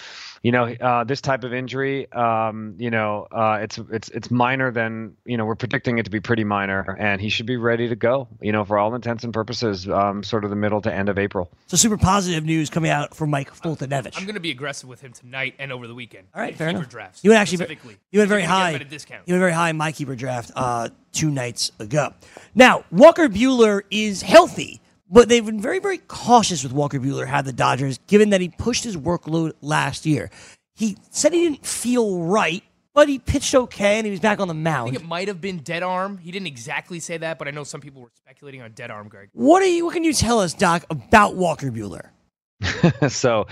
[SPEAKER 7] you know, uh, this type of injury, um, you know, uh, it's it's it's minor than you know we're predicting it to be pretty minor, and he should be ready to go. You know, for all intents and purposes, um, sort of the middle to end of April. <laughs>
[SPEAKER 3] So super positive news coming out from Mike Fultonevich.
[SPEAKER 4] I'm going to be aggressive with him tonight and over the weekend.
[SPEAKER 3] All right,
[SPEAKER 4] in
[SPEAKER 3] fair
[SPEAKER 4] keeper
[SPEAKER 3] enough.
[SPEAKER 4] Drafts,
[SPEAKER 3] you went actually
[SPEAKER 4] specifically.
[SPEAKER 3] you went very
[SPEAKER 4] If can get
[SPEAKER 3] high.
[SPEAKER 4] him at a discount.
[SPEAKER 3] You went very high in my keeper draft uh, two nights ago. Now Walker Bueller is healthy, but they've been very very cautious with Walker Bueller. Had the Dodgers, given that he pushed his workload last year, he said he didn't feel right, but he pitched okay and he was back on the
[SPEAKER 4] I
[SPEAKER 3] mound.
[SPEAKER 4] think it might have been dead arm. He didn't exactly say that, but I know some people were speculating on dead arm, Greg.
[SPEAKER 3] What are you? What can you tell us, Doc, about Walker Bueller?
[SPEAKER 7] so,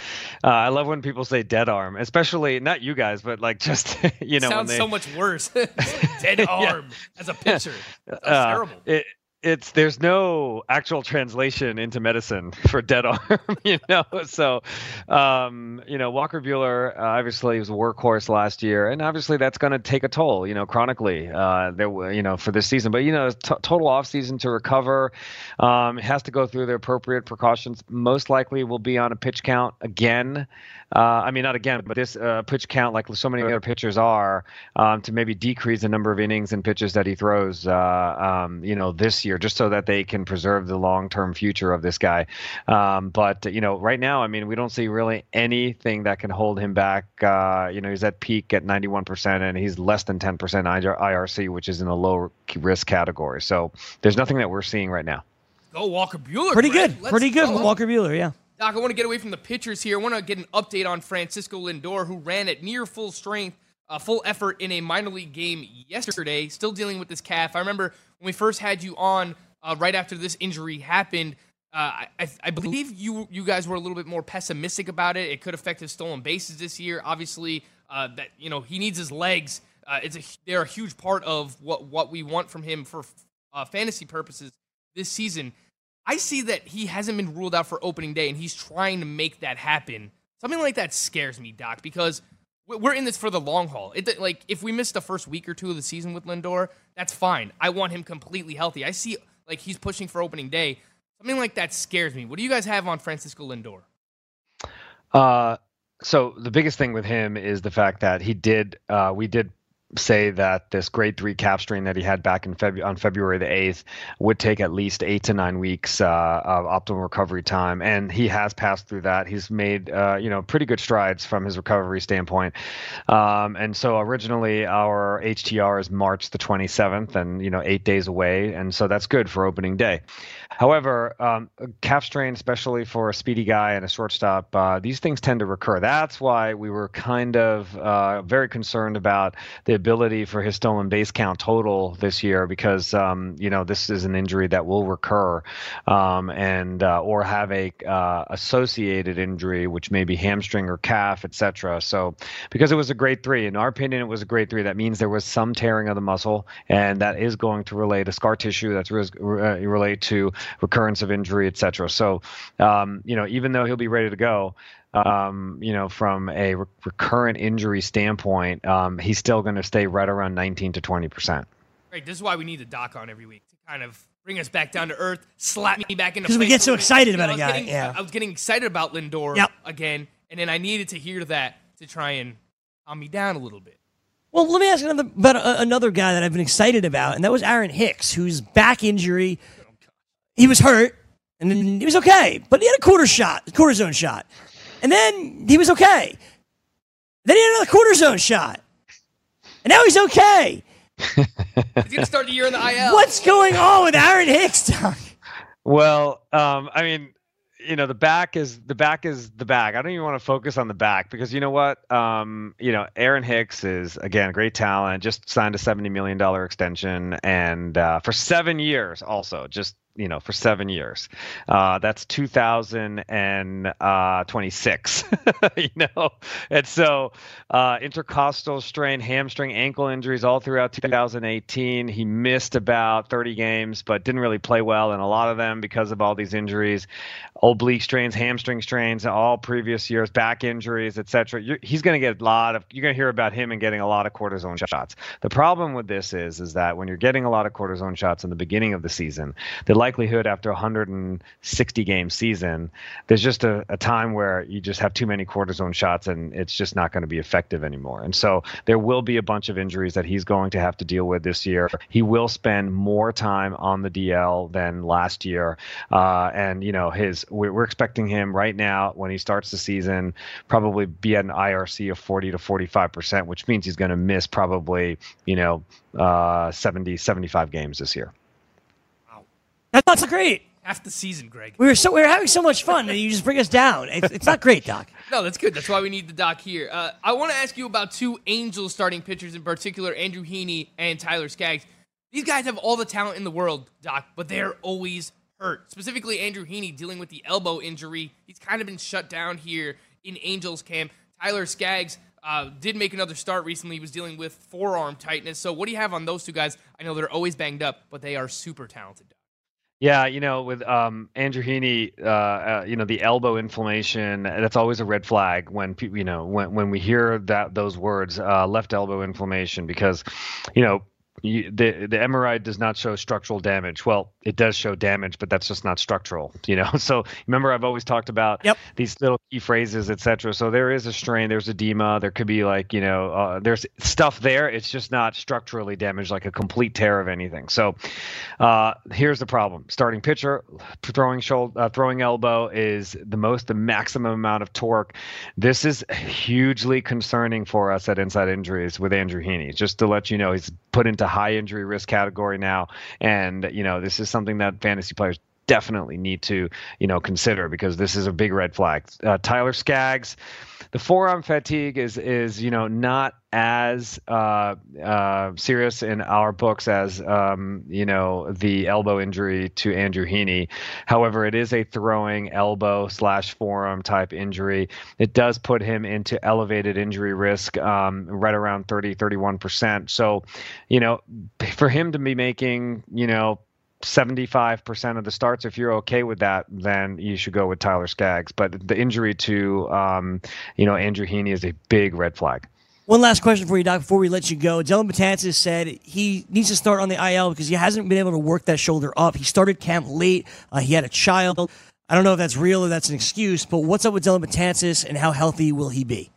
[SPEAKER 7] uh, I love when people say dead arm, especially not you guys, but like just <laughs> you know when
[SPEAKER 4] Sounds
[SPEAKER 7] they,
[SPEAKER 4] so much worse. <laughs>
[SPEAKER 7] <laughs>
[SPEAKER 4] dead arm as a pitcher. That's
[SPEAKER 7] uh,
[SPEAKER 4] terrible.
[SPEAKER 7] It, it's there's no actual translation into medicine <laughs> for dead arm, you know. So, um, you know, Walker Bueller uh, obviously was a workhorse last year, and obviously that's going to take a toll, you know, chronically, uh, there, were- you know, for this season. But you know, t- total offseason to recover, um, has to go through the appropriate precautions. Most likely will be on a pitch count again. Uh, I mean, not again, but this uh, pitch count, like so many other pitchers are, um, to maybe decrease the number of innings and pitches that he throws. Uh, um, you know, this year year, just so that they can preserve the long term future of this guy. Um, but you know, right now, I mean, we don't see really anything that can hold him back. Uh, you know, he's at peak at 91%, and he's less than 10% IRC, which is in the low risk category. So there's nothing that we're seeing right now.
[SPEAKER 4] Go Walker Bueller.
[SPEAKER 3] Pretty
[SPEAKER 4] Brett.
[SPEAKER 3] good.
[SPEAKER 4] Let's
[SPEAKER 3] Pretty good.
[SPEAKER 4] go.
[SPEAKER 3] Walker Bueller, yeah.
[SPEAKER 4] Doc, I want to get away from the pitchers here. I want to get an update on Francisco Lindor, who ran at near full strength, uh, full effort in a minor league game yesterday, still dealing with this calf. I remember when we first had you on uh, right after this injury happened. Uh, I- I, I believe you you guys were a little bit more pessimistic about it. It could affect his stolen bases this year. Obviously, uh, that you know he needs his legs. Uh, it's a, they're a huge part of what what we want from him for uh, fantasy purposes this season. I see that he hasn't been ruled out for opening day, and he's trying to make that happen. Something like that scares me, Doc, because we- we're in this for the long haul. It, like, if we miss the first week or two of the season with Lindor, that's fine. I want him completely healthy. I see, like, he's pushing for opening day. Something like that scares me. What do you guys have on Francisco Lindor?
[SPEAKER 7] Uh, so the biggest thing with him is the fact that he did. Uh, we did say that this grade three cap strain that he had back in Feb- on February the eighth would take at least eight to nine weeks uh, of optimal recovery time, and he has passed through that. He's made uh, you know pretty good strides from his recovery standpoint. Um, and so originally our HTR is March the twenty seventh, and you know eight days away, and so that's good for opening day. However, um, a calf strain, especially for a speedy guy and a shortstop, uh, these things tend to recur. That's why we were kind of uh, very concerned about the ability for his stolen base count total this year because um, you know this is an injury that will recur um, and uh, or have a uh, associated injury, which may be hamstring or calf, etc. So because it was a grade three, in our opinion, it was a grade three. That means there was some tearing of the muscle, and that is going to relate to scar tissue. That's ris- uh, relate to recurrence of injury, et cetera. So, um, you know, even though he'll be ready to go, um, you know, from a re- recurrent injury standpoint, um, he's still going to stay right around 19 to 20 percent.
[SPEAKER 4] Right, this is why we need the Doc on every week to kind of bring us back down to earth, slap me back into
[SPEAKER 3] 'Cause we
[SPEAKER 4] place
[SPEAKER 3] get so
[SPEAKER 4] a little bit.
[SPEAKER 3] excited
[SPEAKER 4] You know,
[SPEAKER 3] about a
[SPEAKER 4] I was
[SPEAKER 3] guy,
[SPEAKER 4] Getting,
[SPEAKER 3] yeah.
[SPEAKER 4] I was getting excited about Lindor
[SPEAKER 3] Yep.
[SPEAKER 4] again, and then I needed to hear that to try and calm me down a little bit.
[SPEAKER 3] Well, let me ask another about uh, another guy that I've been excited about, and that was Aaron Hicks, whose back injury he was hurt, and then he was okay, but he had a quarter shot, quarter zone shot, and then he was okay. Then he had another quarter zone shot, and now he's okay.
[SPEAKER 4] He's gonna start the year in the
[SPEAKER 3] <laughs>
[SPEAKER 4] IL.
[SPEAKER 3] What's going on with Aaron Hicks, Doc?
[SPEAKER 7] Well, um, I mean, you know, the back is the back is the back. I don't even want to focus on the back because you know what? Um, you know, Aaron Hicks is again great talent. Just signed a seventy million dollar extension and uh, for seven years. Also, just you know, for seven years. Uh, that's two thousand and uh, twenty <laughs> six. you know, and so uh, intercostal strain, hamstring, ankle injuries all throughout 2018. He missed about 30 games, but didn't really play well in a lot of them because of all these injuries, oblique strains, hamstring strains, all previous years, back injuries, etc. You're- He's going to get a lot of. You're going to hear about him and getting a lot of cortisone shots. The problem with this is, is that when you're getting a lot of cortisone shots in the beginning of the season, the likelihood after a 160 game season, there's just a, a time where you just have too many cortisone shots and it's just not going to be effective anymore. And so there will be a bunch of injuries that he's going to have to deal with this year. He will spend more time on the DL than last year. Uh, and, you know, his we're, we're expecting him right now when he starts the season, probably be at an IRC of 40 to 45%, which means he's going to miss probably, you know, uh, 70, 75 games this year.
[SPEAKER 3] That's not so great.
[SPEAKER 4] Half the season, Greg.
[SPEAKER 3] We were so we were having so much fun, and you just bring us down. It's, it's not great, Doc.
[SPEAKER 4] No, that's good. That's why we need the doc here. Uh, I want to ask you about two Angels starting pitchers in particular, Andrew Heaney and Tyler Skaggs. These guys have all the talent in the world, Doc, but they're always hurt. Specifically, Andrew Heaney dealing with the elbow injury. He's kind of been shut down here in Angels camp. Tyler Skaggs uh, did make another start recently. He was dealing with forearm tightness. So, what do you have on those two guys? I know they're always banged up, but they are super talented. Doc.
[SPEAKER 7] Yeah, you know, with um, Andrew Heaney, uh, uh, you know, the elbow inflammation—that's always a red flag when pe- you know when when we hear that those words, uh, left elbow inflammation, because, you know, you, the the MRI does not show structural damage. Well, it does show damage, but that's just not structural, you know. <laughs> So remember, I've always talked about
[SPEAKER 3] Yep.
[SPEAKER 7] these little key phrases, etc. So there is a strain, there's edema, there could be like you know, uh, there's stuff there. It's just not structurally damaged, like a complete tear of anything. So uh, here's the problem: starting pitcher, throwing shoulder, uh, throwing elbow is the most, the maximum amount of torque. This is hugely concerning for us at Inside Injuries with Andrew Heaney. Just to let you know, he's put into high injury risk category now, and you know this is something that fantasy players definitely need to you know consider because this is a big red flag. Uh, Tyler Skaggs, the forearm fatigue is is you know not as uh, uh, serious in our books as um, you know the elbow injury to Andrew Heaney. However, it is a throwing elbow slash forearm type injury. It does put him into elevated injury risk, um, right around 30, 31 percent. So, you know, for him to be making you know 75% of the starts. If you're okay with that, then you should go with Tyler Skaggs. But the injury to, um, you know, Andrew Heaney is a big red flag.
[SPEAKER 3] One last question for you, Doc, before we let you go. Dylan Batanzas said he needs to start on the IL because he hasn't been able to work that shoulder up. He started camp late. Uh, he had a child. I don't know if that's real or that's an excuse, but what's up with Dylan Batanzas and how healthy will he be?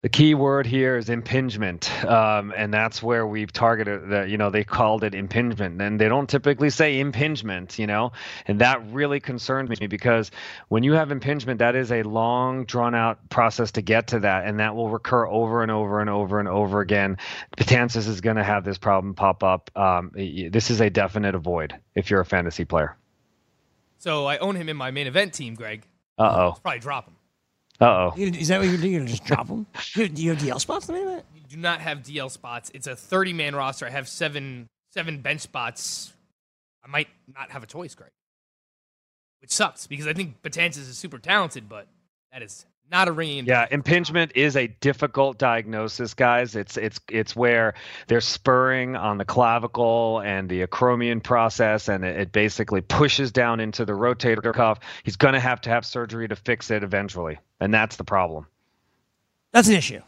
[SPEAKER 7] The key word here is impingement, um, and that's where we've targeted. The, you know, they called it impingement, and they don't typically say impingement. You know, and that really concerned me because when you have impingement, that is a long, drawn-out process to get to that, and that will recur over and over and over and over again. Patansis is going to have this problem pop up. Um, y- y- this is a definite avoid if you're a fantasy player.
[SPEAKER 4] So I own him in my main event team, Greg.
[SPEAKER 7] Uh
[SPEAKER 4] Probably drop him.
[SPEAKER 7] oh. Uh oh.
[SPEAKER 3] You- Is that what you're doing? You're going to just drop him? <laughs> You, do you have DL spots in that?
[SPEAKER 4] You do not have DL spots. It's a 30 man roster. I have seven seven bench spots. I might not have a choice, Greg. Which sucks because I think Batanzas is super talented, but that is not a ringing.
[SPEAKER 7] Yeah, impingement is a difficult diagnosis, guys. It's it's it's where there's spurring on the clavicle and the acromion process, and it, it basically pushes down into the rotator cuff. He's going to have to have surgery to fix it eventually, and that's the problem.
[SPEAKER 3] That's an issue.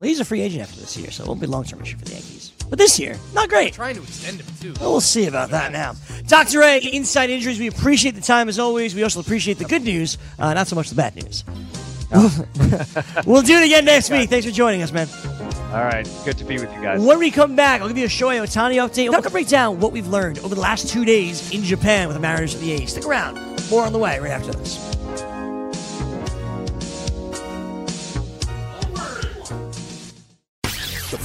[SPEAKER 3] Well, he's a free agent after this year, so it won't be a long term issue for the Yankees. But this year, not great.
[SPEAKER 4] Trying to extend him too.
[SPEAKER 3] Well, we'll see about that now. Dr. A, Inside Injuries, we appreciate the time as always. We also appreciate the good news, uh, not so much the bad news. <laughs> we'll do it again next week. Thanks for joining us, man.
[SPEAKER 7] All right, good to be with you guys.
[SPEAKER 3] When we come back, I'll give you a Shohei Otani update. I'm going to break down what we've learned over the last two days in Japan with the Mariners and the A's. Stick around. More on the way right after this.
[SPEAKER 2] The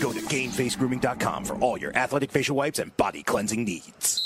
[SPEAKER 2] Go to GameFaceGrooming.com for all your athletic facial wipes and body cleansing needs.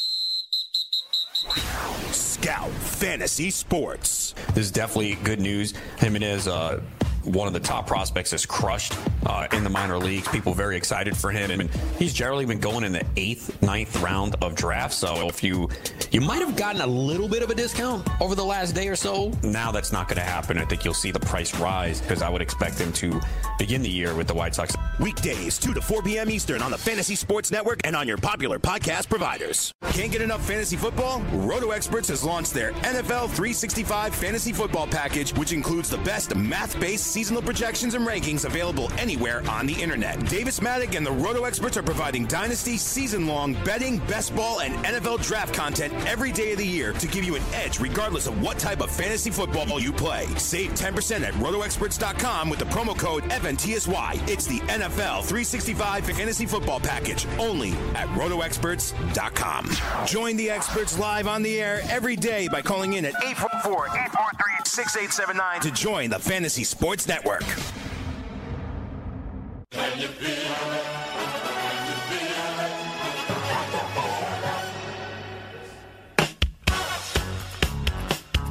[SPEAKER 2] Scout Fantasy Sports.
[SPEAKER 8] this is definitely good news. Jimenez, uh, one of the top prospects, is crushed uh, in the minor leagues. People very excited for him, and he's generally been going in the eighth, ninth round of drafts. So if you you might have gotten a little bit of a discount over the last day or so, now that's not going to happen. I think you'll see the price rise because I would expect them to begin the year with the White Sox
[SPEAKER 2] Weekdays, 2 to 4 p.m. Eastern on the Fantasy Sports Network and on your popular podcast providers. Can't get enough fantasy football? Roto Experts has launched their NFL 365 Fantasy Football Package, which includes the best math based seasonal projections and rankings available anywhere on the internet. Davis Maddock and the Roto Experts are providing Dynasty season long betting, best ball, and NFL draft content every day of the year to give you an edge regardless of what type of fantasy football you play. Save 10% at rotoexperts.com with the promo code FNTSY. It's the NFL 365 Fantasy Football Package only at rotoexperts.com. Join the experts live on the air every day by calling in at 844 843 6879 to join the Fantasy Sports Network.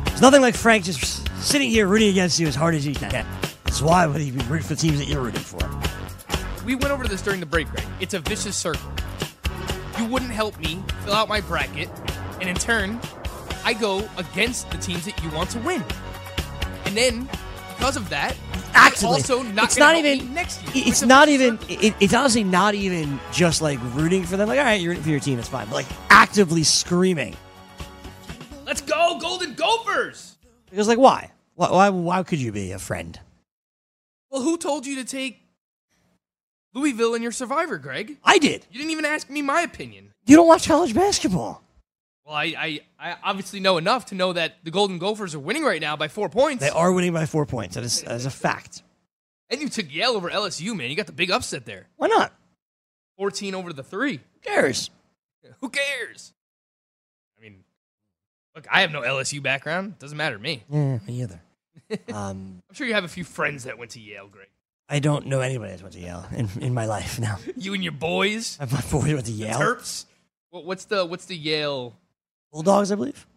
[SPEAKER 3] There's nothing like Frank just sitting here rooting against you as hard as he can. That's why would he be rooting for teams that you're rooting for?
[SPEAKER 4] We went over this during the break, Greg. It's a vicious circle. You wouldn't help me fill out my bracket, and in turn, I go against the teams that you want to win. And then, because of that, you're
[SPEAKER 3] Actually,
[SPEAKER 4] also not
[SPEAKER 3] it's not
[SPEAKER 4] gonna help me
[SPEAKER 3] even.
[SPEAKER 4] next year.
[SPEAKER 3] It's
[SPEAKER 4] a
[SPEAKER 3] not
[SPEAKER 4] vicious
[SPEAKER 3] even.
[SPEAKER 4] circle.
[SPEAKER 3] It, it's honestly not even just like rooting for them. Like, all right, you're rooting for your team. It's fine. But like actively screaming.
[SPEAKER 4] Let's go, Golden Gophers!
[SPEAKER 3] Because like, why? Why? Why, why could you be a friend?
[SPEAKER 4] Well, who told you to take Louisville in your survivor, Greg?
[SPEAKER 3] I did.
[SPEAKER 4] You didn't even ask me my opinion.
[SPEAKER 3] You don't watch college basketball.
[SPEAKER 4] Well, I, I, I obviously know enough to know that the Golden Gophers are winning right now by four points.
[SPEAKER 3] They are winning by four points. That is, that is a fact.
[SPEAKER 4] And you took Yale over LSU, man. You got the big upset there.
[SPEAKER 3] Why not?
[SPEAKER 4] 14 over the three. <laughs>
[SPEAKER 3] Who cares?
[SPEAKER 4] Who cares? I mean, look, I have no LSU background. Doesn't matter to me.
[SPEAKER 3] Yeah, me
[SPEAKER 4] <laughs>
[SPEAKER 3] either. um,
[SPEAKER 4] I'm sure you have a few friends that went to Yale, Greg. <laughs>
[SPEAKER 3] I don't know anybody that's went to Yale in, in my life now. <laughs>
[SPEAKER 4] You and your boys,
[SPEAKER 3] My boy went to Yale.
[SPEAKER 4] Terps. What, what's the what's the Yale
[SPEAKER 3] Bulldogs, I believe.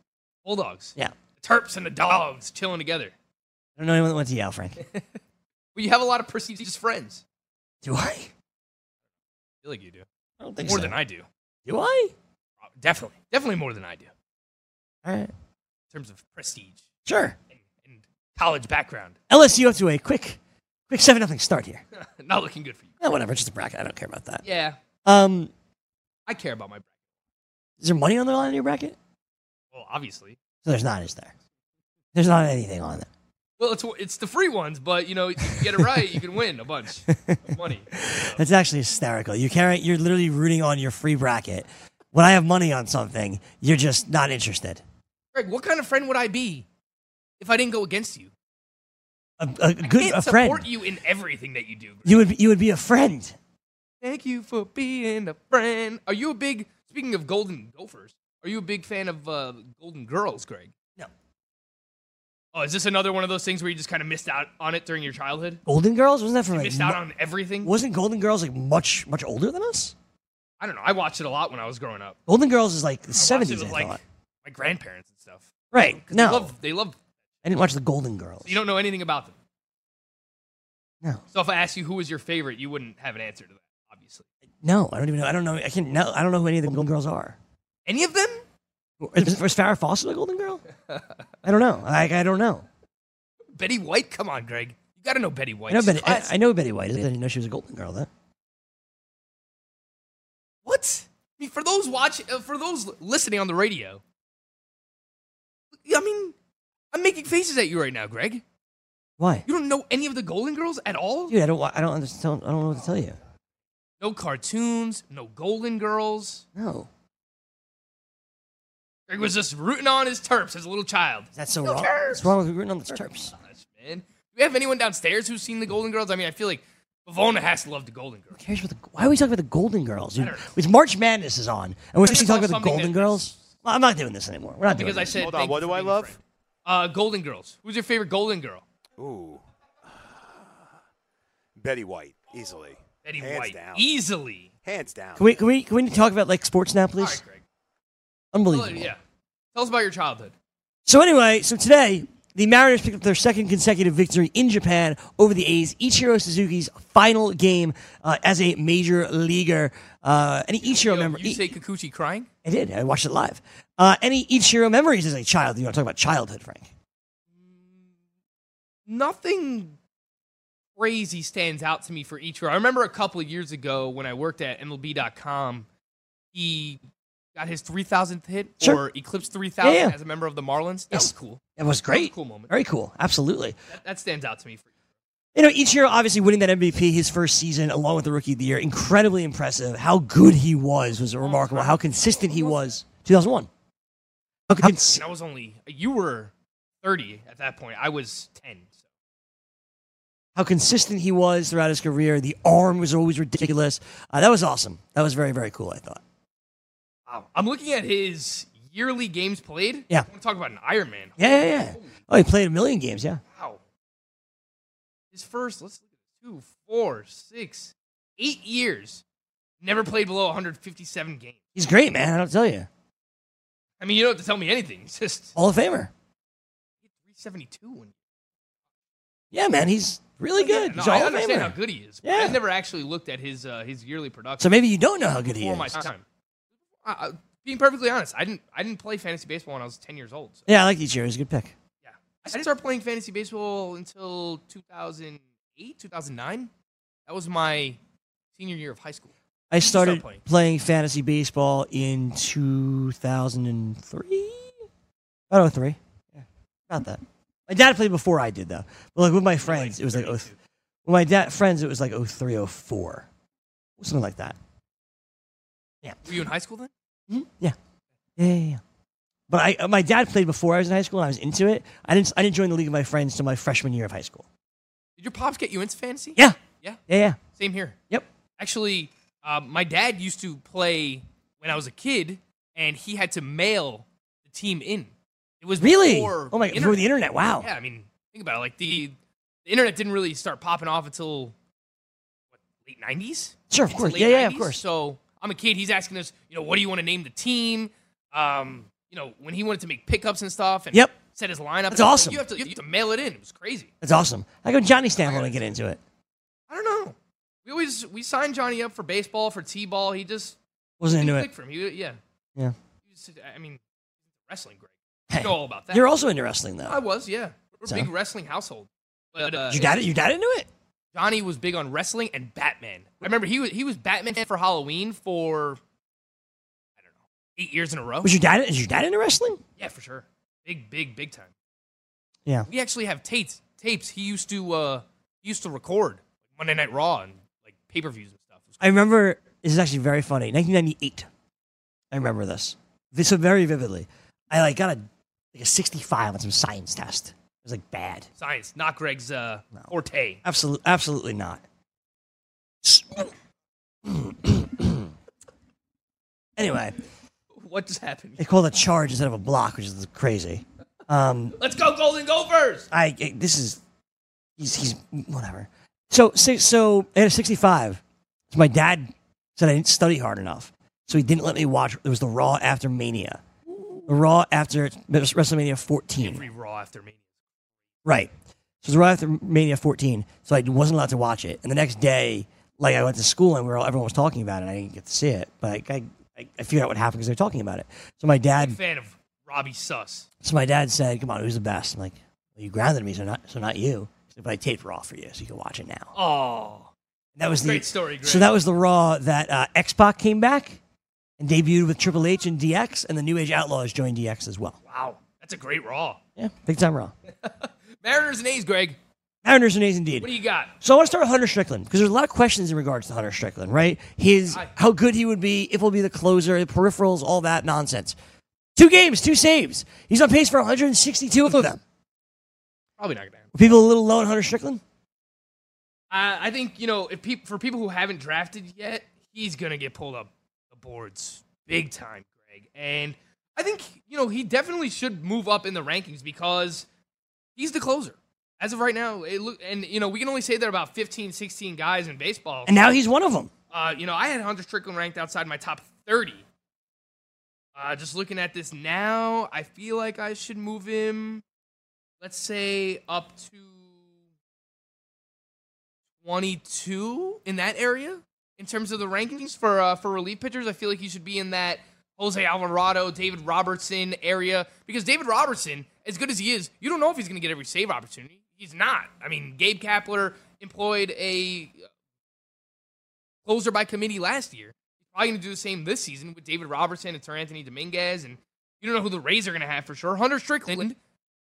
[SPEAKER 4] Bulldogs?
[SPEAKER 3] Yeah.
[SPEAKER 4] The Terps and the Dogs chilling together.
[SPEAKER 3] I don't know anyone that went to Yale, Frank.
[SPEAKER 4] Well, you have a lot of prestigious friends.
[SPEAKER 3] Do I?
[SPEAKER 4] I feel like you do
[SPEAKER 3] I don't think
[SPEAKER 4] more
[SPEAKER 3] so.
[SPEAKER 4] than I do.
[SPEAKER 3] Do I?
[SPEAKER 4] Definitely, definitely more than I do in
[SPEAKER 3] All right.
[SPEAKER 4] terms of prestige
[SPEAKER 3] Sure.
[SPEAKER 4] and, and college background. <laughs>
[SPEAKER 3] LSU up to a quick, quick seven nothing start here.
[SPEAKER 4] Not looking good for you.
[SPEAKER 3] Eh, whatever, just a bracket. I don't care about that.
[SPEAKER 4] Yeah,
[SPEAKER 3] Um,
[SPEAKER 4] I care about my bracket.
[SPEAKER 3] is there money on the line in your bracket?
[SPEAKER 4] Well, obviously.
[SPEAKER 3] So there's not, is there? There's not anything on it.
[SPEAKER 4] Well, it's it's the free ones, but you know, if you <laughs> get it right, you can win a bunch of money.
[SPEAKER 3] That's actually hysterical. You can't. You're literally rooting on your free bracket. When I have money on something, you're just not interested.
[SPEAKER 4] Greg, what kind of friend would I be if I didn't go against you?
[SPEAKER 3] A, a good
[SPEAKER 4] Can't
[SPEAKER 3] a
[SPEAKER 4] support
[SPEAKER 3] friend.
[SPEAKER 4] you in everything that you do. Greg.
[SPEAKER 3] You would you would be a friend.
[SPEAKER 4] Thank you for being a friend. Are you a big? Speaking of Golden Gophers, are you a big fan of uh, Golden Girls, Greg?
[SPEAKER 3] No.
[SPEAKER 4] Oh, is this another one of those things where you just kind of missed out on it during your childhood?
[SPEAKER 3] Golden Girls wasn't that from
[SPEAKER 4] You
[SPEAKER 3] like
[SPEAKER 4] missed out
[SPEAKER 3] mu-
[SPEAKER 4] on everything.
[SPEAKER 3] wasn't Golden Girls like much much older than us?
[SPEAKER 4] I don't know. I watched it a lot when I was growing up.
[SPEAKER 3] Golden Girls is like the
[SPEAKER 4] I watched it
[SPEAKER 3] seventies. I
[SPEAKER 4] with, like
[SPEAKER 3] thought.
[SPEAKER 4] my grandparents and stuff.
[SPEAKER 3] Right?
[SPEAKER 4] 'Cause
[SPEAKER 3] No,
[SPEAKER 4] they love they love
[SPEAKER 3] I didn't watch the Golden Girls.
[SPEAKER 4] You don't know anything about them.
[SPEAKER 3] No.
[SPEAKER 4] So if I asked you who was your favorite, you wouldn't have an answer to that, obviously.
[SPEAKER 3] No, I don't even know. I don't know. I can no, I don't know who any of the Golden Girls are.
[SPEAKER 4] Any of them?
[SPEAKER 3] Is, is Farrah Fawcett a Golden
[SPEAKER 4] <laughs>
[SPEAKER 3] Girl? I don't know. I, I don't know.
[SPEAKER 4] Betty White? Come on, Greg. You got to know Betty White.
[SPEAKER 3] I know
[SPEAKER 4] She's
[SPEAKER 3] Betty. I,
[SPEAKER 4] classic.
[SPEAKER 3] I know Betty White. I didn't know she was a Golden Girl. Though.
[SPEAKER 4] what? I mean, for those watch, uh, for those listening on the radio, I mean, I'm making faces at you right now, Greg.
[SPEAKER 3] Why,
[SPEAKER 4] You don't know any of the Golden Girls at all?
[SPEAKER 3] dude? I don't. wa- I don't understand. I don't know what to tell you.
[SPEAKER 4] No cartoons, no Golden Girls.
[SPEAKER 3] No,
[SPEAKER 4] Greg was just rooting on his Terps as a little child.
[SPEAKER 3] that's so
[SPEAKER 4] Go
[SPEAKER 3] wrong.
[SPEAKER 4] Terps!
[SPEAKER 3] What's wrong with rooting on the Terps?
[SPEAKER 4] Gosh, man. Do we have anyone downstairs who's seen the Golden Girls? I mean, I feel like Bavona has to love the Golden Girls.
[SPEAKER 3] Who cares about the? Why are we talking about the Golden Girls?
[SPEAKER 4] I
[SPEAKER 3] Dude?
[SPEAKER 4] don't know.
[SPEAKER 3] It's March Madness is on, and we're supposed
[SPEAKER 4] just
[SPEAKER 3] to talk
[SPEAKER 4] love
[SPEAKER 3] about the
[SPEAKER 4] something
[SPEAKER 3] Golden
[SPEAKER 4] that-
[SPEAKER 3] Girls. Well, I'm not doing this anymore. We're not doing
[SPEAKER 4] Because I
[SPEAKER 3] this.
[SPEAKER 4] said,
[SPEAKER 9] Hold on,
[SPEAKER 4] thank
[SPEAKER 9] what
[SPEAKER 4] you
[SPEAKER 9] do
[SPEAKER 4] for
[SPEAKER 9] I
[SPEAKER 4] being
[SPEAKER 9] love?
[SPEAKER 4] friend. Uh, Golden Girls. Who's your favorite Golden Girl?
[SPEAKER 9] Ooh. <sighs> Betty White, easily.
[SPEAKER 4] Betty
[SPEAKER 9] Hands
[SPEAKER 4] White. E-
[SPEAKER 9] Down.
[SPEAKER 4] Easily.
[SPEAKER 9] Hands down.
[SPEAKER 3] Can we? Can we? Can we talk about like sports now,
[SPEAKER 4] All
[SPEAKER 3] please?
[SPEAKER 4] right, Greg. Tell,
[SPEAKER 3] Unbelievable.
[SPEAKER 4] yeah. Tell us about your childhood.
[SPEAKER 3] So anyway, so today the Mariners picked up their second consecutive victory in Japan over the A's. Ichiro Suzuki's final game uh, as a major leaguer. Uh, any Ichiro
[SPEAKER 4] Yo,
[SPEAKER 3] memory?
[SPEAKER 4] you say Kikuchi crying?
[SPEAKER 3] I did. I watched it live. Uh, any Ichiro memories as a child? You want to talk about childhood, Frank?
[SPEAKER 4] Nothing crazy stands out to me for each year. I remember a couple of years ago when I worked at MLB.com, he got his 3,000th hit
[SPEAKER 3] Sure.
[SPEAKER 4] or eclipsed 3,000
[SPEAKER 3] Yeah, yeah.
[SPEAKER 4] as a member of the Marlins. That
[SPEAKER 3] Yes.
[SPEAKER 4] was cool.
[SPEAKER 3] It was great.
[SPEAKER 4] cool moment.
[SPEAKER 3] Very cool. Absolutely.
[SPEAKER 4] That, that stands out to me. For
[SPEAKER 3] You know, Ichiro obviously winning that MVP his first season along with the Rookie of the Year, incredibly impressive. How good he was was remarkable. How consistent he was. 2001. How cons-
[SPEAKER 4] And I was only you were thirty at that point. I was ten. So.
[SPEAKER 3] how consistent he was throughout his career. The arm was always ridiculous. Uh, that was awesome. That was very, very cool, I thought.
[SPEAKER 4] Wow. I'm looking at his yearly games played.
[SPEAKER 3] Yeah.
[SPEAKER 4] I want to talk about an Iron Man.
[SPEAKER 3] Yeah, yeah, yeah. Oh, he played a million games, yeah.
[SPEAKER 4] Wow. His first, let's look at two, four, six, eight years. Never played below 157 games.
[SPEAKER 3] He's great, man. I don't tell you.
[SPEAKER 4] I mean, you don't have to tell me anything. <laughs> It's just
[SPEAKER 3] Hall of Famer.
[SPEAKER 4] 372. When,
[SPEAKER 3] Yeah, man. He's really good.
[SPEAKER 4] no,
[SPEAKER 3] he's a
[SPEAKER 4] I
[SPEAKER 3] Hall of
[SPEAKER 4] understand how
[SPEAKER 3] Famer.
[SPEAKER 4] good he is.
[SPEAKER 3] Yeah.
[SPEAKER 4] I never actually looked at his uh, his yearly production.
[SPEAKER 3] So maybe you don't know how good he
[SPEAKER 4] before my
[SPEAKER 3] is.
[SPEAKER 4] time. I, I, being perfectly honest, I didn't I didn't play fantasy baseball when I was 10 years old. So,
[SPEAKER 3] Yeah, I like Ichiro. He's a good pick.
[SPEAKER 4] yeah. I didn't start playing fantasy baseball until 2008, 2009. That was my senior year of high school.
[SPEAKER 3] I started
[SPEAKER 4] start playing.
[SPEAKER 3] playing fantasy baseball in 2003. I don't know, oh three. Yeah, about that. My dad played before I did, though. But like with my friends, it was like, oh, th- with my dad friends, it was like 03, 04. Something like that.
[SPEAKER 4] Were you in high school then?
[SPEAKER 3] Yeah. Yeah, yeah, yeah. But I, uh, my dad played before I was in high school and I was into it. I didn't, I didn't join the league of my friends till my freshman year of high school.
[SPEAKER 4] Did your pops get you into fantasy?
[SPEAKER 3] Yeah.
[SPEAKER 4] Yeah.
[SPEAKER 3] Yeah, yeah.
[SPEAKER 4] Same here.
[SPEAKER 3] Yep.
[SPEAKER 4] Actually, uh, my dad used to play when I was a kid, and he had to mail the team in. It was
[SPEAKER 3] Really?
[SPEAKER 4] Before
[SPEAKER 3] Oh my
[SPEAKER 4] the
[SPEAKER 3] god, before the internet. Wow.
[SPEAKER 4] Yeah, I mean, think about it. Like the, the internet didn't really start popping off until what, late nineties.
[SPEAKER 3] Sure, of
[SPEAKER 4] Mid to
[SPEAKER 3] course.
[SPEAKER 4] late
[SPEAKER 3] Yeah, yeah, of
[SPEAKER 4] 90s.
[SPEAKER 3] course.
[SPEAKER 4] So I'm a kid. He's asking us, you know, what do you want to name the team? Um, you know, when he wanted to make pickups and stuff, and
[SPEAKER 3] Yep.
[SPEAKER 4] set his lineup.
[SPEAKER 3] That's
[SPEAKER 4] and
[SPEAKER 3] awesome.
[SPEAKER 4] You have to you have to mail it in. It was crazy.
[SPEAKER 3] That's awesome. How come Johnny Stanford didn't get into it?
[SPEAKER 4] I don't know. We always we signed Johnny up for baseball for t-ball. He just
[SPEAKER 3] Wasn't
[SPEAKER 4] didn't
[SPEAKER 3] into
[SPEAKER 4] click
[SPEAKER 3] it.
[SPEAKER 4] for him. He, yeah,
[SPEAKER 3] Yeah.
[SPEAKER 4] He was- I mean, wrestling, Greg.
[SPEAKER 3] Hey,
[SPEAKER 4] You know all about that.
[SPEAKER 3] You're also into wrestling
[SPEAKER 4] I
[SPEAKER 3] though.
[SPEAKER 4] was, yeah. We're
[SPEAKER 3] So?
[SPEAKER 4] a big wrestling household. But uh,
[SPEAKER 3] Your dad, your dad into it?
[SPEAKER 4] Johnny was big on wrestling and Batman. I remember he was he was Batman for Halloween for I don't know eight years in a row.
[SPEAKER 3] Was your dad? Is your dad into wrestling?
[SPEAKER 4] yeah, for sure. Big, big, big time.
[SPEAKER 3] Yeah.
[SPEAKER 4] We actually have tapes. Tapes he used to uh he used to record Monday Night Raw and like pay per views and stuff. It was
[SPEAKER 3] I remember this is actually very funny. 1998. I remember this. This so very vividly. I like got a like a 65 on some science test. It was like bad.
[SPEAKER 4] science, not Greg's uh, forte.
[SPEAKER 3] Absolutely, absolutely not. <clears throat> anyway,
[SPEAKER 4] What just happened?
[SPEAKER 3] they call a charge instead of a block, which is crazy. Um,
[SPEAKER 4] Let's go, Golden Gophers!
[SPEAKER 3] I I- this is he's he's whatever. So so, so at a 65, so my dad said I didn't study hard enough, so he didn't let me watch. It was the Raw after Mania, the Raw after WrestleMania 14.
[SPEAKER 4] Every Raw after me.
[SPEAKER 3] Right. So it was right after Mania 14, so I wasn't allowed to watch it. And the next day, like I went to school and we were all, everyone was talking about it. And I didn't get to see it, but I, I, I figured out what happened because they were talking about it. So my dad,
[SPEAKER 4] Fan of Robbie Suss.
[SPEAKER 3] so my dad said, "Come on, who's the best?" I'm like, well, "You grounded me, so not, so not you." So, but I taped Raw for you, so you can watch it now.
[SPEAKER 4] Oh,
[SPEAKER 3] And that was the
[SPEAKER 4] great story, Greg.
[SPEAKER 3] So that was the Raw that uh, X Pac came back and debuted with Triple H and DX, and the New Age Outlaws joined DX as well.
[SPEAKER 4] wow, that's a great Raw.
[SPEAKER 3] Yeah, big time Raw.
[SPEAKER 4] Mariners and A's, Greg.
[SPEAKER 3] Mariners and A's indeed.
[SPEAKER 4] What do you got?
[SPEAKER 3] So I want to start with Hunter Strickland because there's a lot of questions in regards to Hunter Strickland, right? His
[SPEAKER 4] Aye.
[SPEAKER 3] how good he would be, if he'll be the closer, the peripherals, all that nonsense. Two games, two saves. He's on pace for 162 of them.
[SPEAKER 4] Probably not gonna happen.
[SPEAKER 3] Were people a little low on Hunter Strickland?
[SPEAKER 4] I, I think you know if peop for people who haven't drafted yet, he's gonna get pulled up the boards big time, Greg. And I think you know he definitely should move up in the rankings because he's the closer as of right now. It look, and you know we can only say that about 15, 16 guys in baseball.
[SPEAKER 3] And now he's one of them.
[SPEAKER 4] Uh, you know, I had Hunter Strickland ranked outside my top 30. Uh, just looking at this now, I feel like I should move him, let's say, up to 22 in that area in terms of the rankings for uh, for relief pitchers. I feel like he should be in that Jose Alvarado, David Robertson area because David Robertson, as good as he is, you don't know if he's going to get every save opportunity. He's not. I mean, Gabe Kapler employed a closer by committee last year. He's probably going to do the same this season with David Robertson and Ter Anthony Dominguez, and you don't know who the Rays are going to have for sure. Hunter Strickland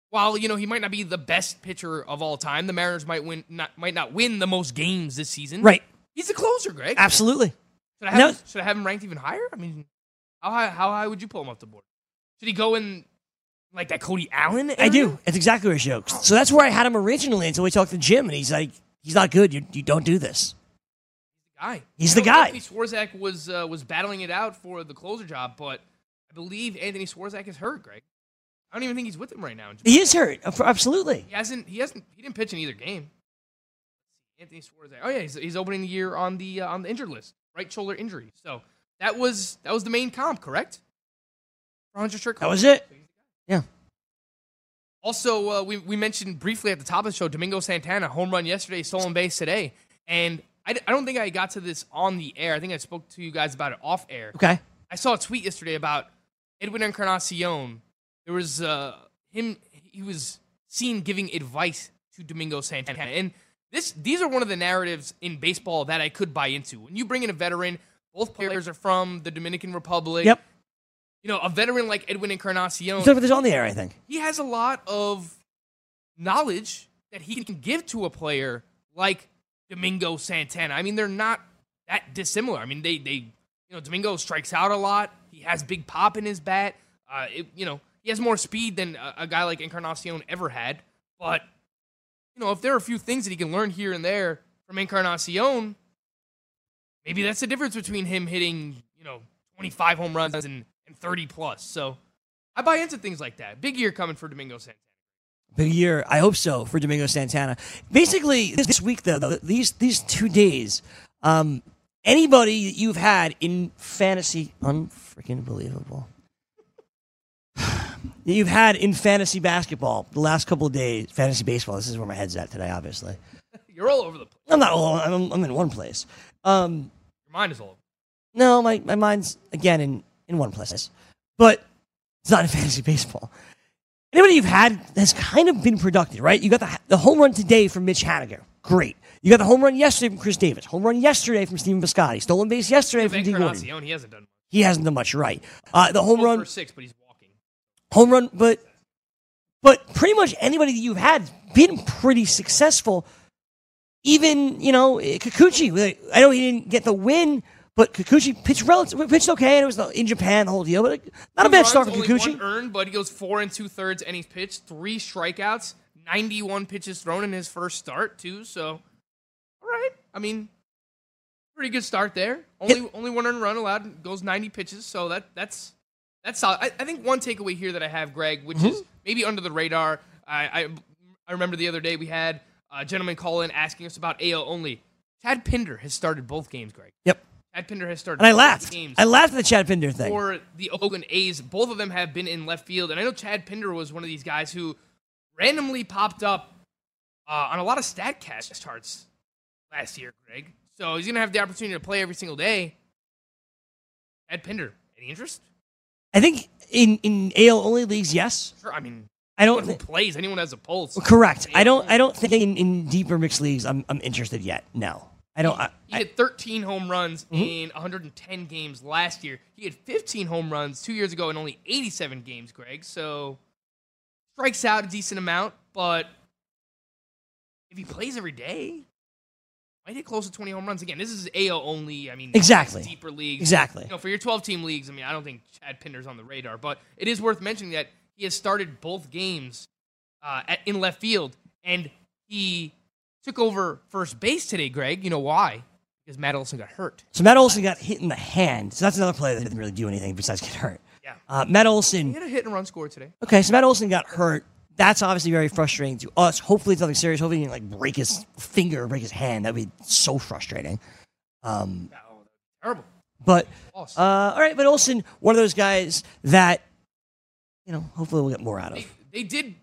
[SPEAKER 4] while you know he might not be the best pitcher of all time, the Mariners might win not might not win the most games this season.
[SPEAKER 3] Right.
[SPEAKER 4] He's a closer, Greg.
[SPEAKER 3] Absolutely.
[SPEAKER 4] Should I have,
[SPEAKER 3] No.
[SPEAKER 4] should I have him ranked even higher? I mean, how high, how high would you pull him up the board? Should he go in like that Cody Allen?
[SPEAKER 3] I
[SPEAKER 4] area?
[SPEAKER 3] do. That's exactly where I show. So that's where I had him originally until we talked to Jim, and he's like, he's not good. You, you don't do this.
[SPEAKER 4] guy.
[SPEAKER 3] He's the
[SPEAKER 4] I know
[SPEAKER 3] guy.
[SPEAKER 4] Anthony Swarzak was uh, was battling it out for the closer job, but I believe Anthony Swarzak is hurt. Greg, I don't even think he's with him right now. in Japan.
[SPEAKER 3] He is hurt. Ab- Absolutely.
[SPEAKER 4] He hasn't. He hasn't. He didn't pitch in either game. Anthony Swarzak. Oh yeah, he's, he's opening the year on the uh, on the injured list, right shoulder injury. So that was that was the main comp, correct? For Hunter Strickland.
[SPEAKER 3] That was it. Yeah.
[SPEAKER 4] Also, uh, we, we mentioned briefly at the top of the show Domingo Santana, home run yesterday, stolen base today. And I, d- I don't think I got to this on the air. I think I spoke to you guys about it off air.
[SPEAKER 3] Okay.
[SPEAKER 4] I saw a tweet yesterday about Edwin Encarnacion. There was uh, him, he was seen giving advice to Domingo Santana. And this, these are one of the narratives in baseball that I could buy into. When you bring in a veteran, both players are from the Dominican Republic.
[SPEAKER 3] Yep.
[SPEAKER 4] You know, a veteran like Edwin Encarnacion
[SPEAKER 3] We talked about this on the air, I think.
[SPEAKER 4] he has a lot of knowledge that he can give to a player like Domingo Santana. I mean, they're not that dissimilar. I mean, they they you know Domingo strikes out a lot. He has big pop in his bat. Uh, it, you know, he has more speed than a, a guy like Encarnacion ever had. But you know, if there are a few things that he can learn here and there from Encarnacion, maybe that's the difference between him hitting you know 25 home runs and, and 30 plus. So. I buy into things like that. Big year coming for Domingo Santana.
[SPEAKER 3] Big year. I hope so for Domingo Santana. Basically, this, this week though, though, these these two days, um, anybody that you've had in fantasy, unfreaking believable. <sighs> that you've had in fantasy basketball the last couple of days, fantasy baseball. This is where my head's at today. Obviously,
[SPEAKER 4] You're all over the place.
[SPEAKER 3] I'm not. all- I'm, I'm in one place. Um,
[SPEAKER 4] Your mind is all over.
[SPEAKER 3] No, my, my mind's again in, in one place. But it's not in <laughs> fantasy baseball. Anybody you've had has kind of been productive, right? You got the, the home run today from Mitch Haniger. Great. You got the home run yesterday from Chris Davis. Home run yesterday from Steven Piscotty. Stolen base yesterday from D. Gordon.
[SPEAKER 4] Encarnacion, he hasn't done much.
[SPEAKER 3] He hasn't done much right. Uh, the home
[SPEAKER 4] Twelve
[SPEAKER 3] run,
[SPEAKER 4] for six, but he's walking.
[SPEAKER 3] home run, but but pretty much anybody that you've had been pretty successful. Even you know eh, Kikuchi. like, I know he didn't get the win, but Kikuchi pitched relative, pitched okay, and it was the- in Japan the whole deal. But like, not a
[SPEAKER 4] Two
[SPEAKER 3] bad
[SPEAKER 4] runs,
[SPEAKER 3] start for
[SPEAKER 4] only
[SPEAKER 3] Kikuchi.
[SPEAKER 4] One earned, but he goes four and two thirds innings pitched, three strikeouts, ninety-one pitches thrown in his first start too. So, all right. I mean, pretty good start there. Only only one earned run allowed. Goes ninety pitches. So that that's that's solid. I, I think one takeaway here that I have, Greg,
[SPEAKER 3] Mm-hmm.
[SPEAKER 4] which is maybe under the radar. I, I I remember the other day we had a gentleman call in asking us about AL only. Chad Pinder has started both games, Greg.
[SPEAKER 3] Yep.
[SPEAKER 4] Chad Pinder has started.
[SPEAKER 3] And I
[SPEAKER 4] both
[SPEAKER 3] laughed.
[SPEAKER 4] Games
[SPEAKER 3] I laughed at the Chad Pinder thing.
[SPEAKER 4] for the Oakland A's. Both of them have been in left field, and I know Chad Pinder was one of these guys who randomly popped up uh, on a lot of Statcast charts last year, Greg. So he's gonna have the opportunity to play every single day. Chad Pinder, any interest?
[SPEAKER 3] I think in in AL only leagues, yes.
[SPEAKER 4] Sure. I mean,
[SPEAKER 3] I
[SPEAKER 4] anyone
[SPEAKER 3] don't.
[SPEAKER 4] who plays, anyone who has
[SPEAKER 3] <laughs>
[SPEAKER 4] a pulse.
[SPEAKER 3] correct. I don't. I don't think in, in deeper mixed leagues, I'm I'm interested yet. No, I don't. I,
[SPEAKER 4] He
[SPEAKER 3] I, Mm-hmm.
[SPEAKER 4] hit 13 home runs in 110 games last year. He had 15 home runs two years ago in only 87 games, Greg. So strikes out a decent amount, but if he plays every day, might hit close to 20 home runs again. This is AO only. I mean,
[SPEAKER 3] Exactly.
[SPEAKER 4] deeper leagues.
[SPEAKER 3] Exactly.
[SPEAKER 4] You know, for your 12 team leagues, I mean, I don't think Chad Pinder's on the radar, but it is worth mentioning that he has started both games uh, at, in left field, and he took over first base today, Greg. You know why? Because Matt Olson got hurt.
[SPEAKER 3] So Matt Olson got hit in the hand. So that's another player that didn't really do anything besides get hurt.
[SPEAKER 4] Yeah.
[SPEAKER 3] Uh, Matt
[SPEAKER 4] He
[SPEAKER 3] Olson.
[SPEAKER 4] had a hit and run score today.
[SPEAKER 3] Okay, so Matt Olson got hurt. That's obviously very frustrating to us. Hopefully, it's nothing serious. Hopefully, he didn't like break his finger or break his hand. That'd be so frustrating. Um,
[SPEAKER 4] Terrible.
[SPEAKER 3] but
[SPEAKER 4] Loss.
[SPEAKER 3] uh, all right, but Olson, one of those guys that you know, hopefully, we'll get more out of.
[SPEAKER 4] They,
[SPEAKER 3] And
[SPEAKER 4] they did.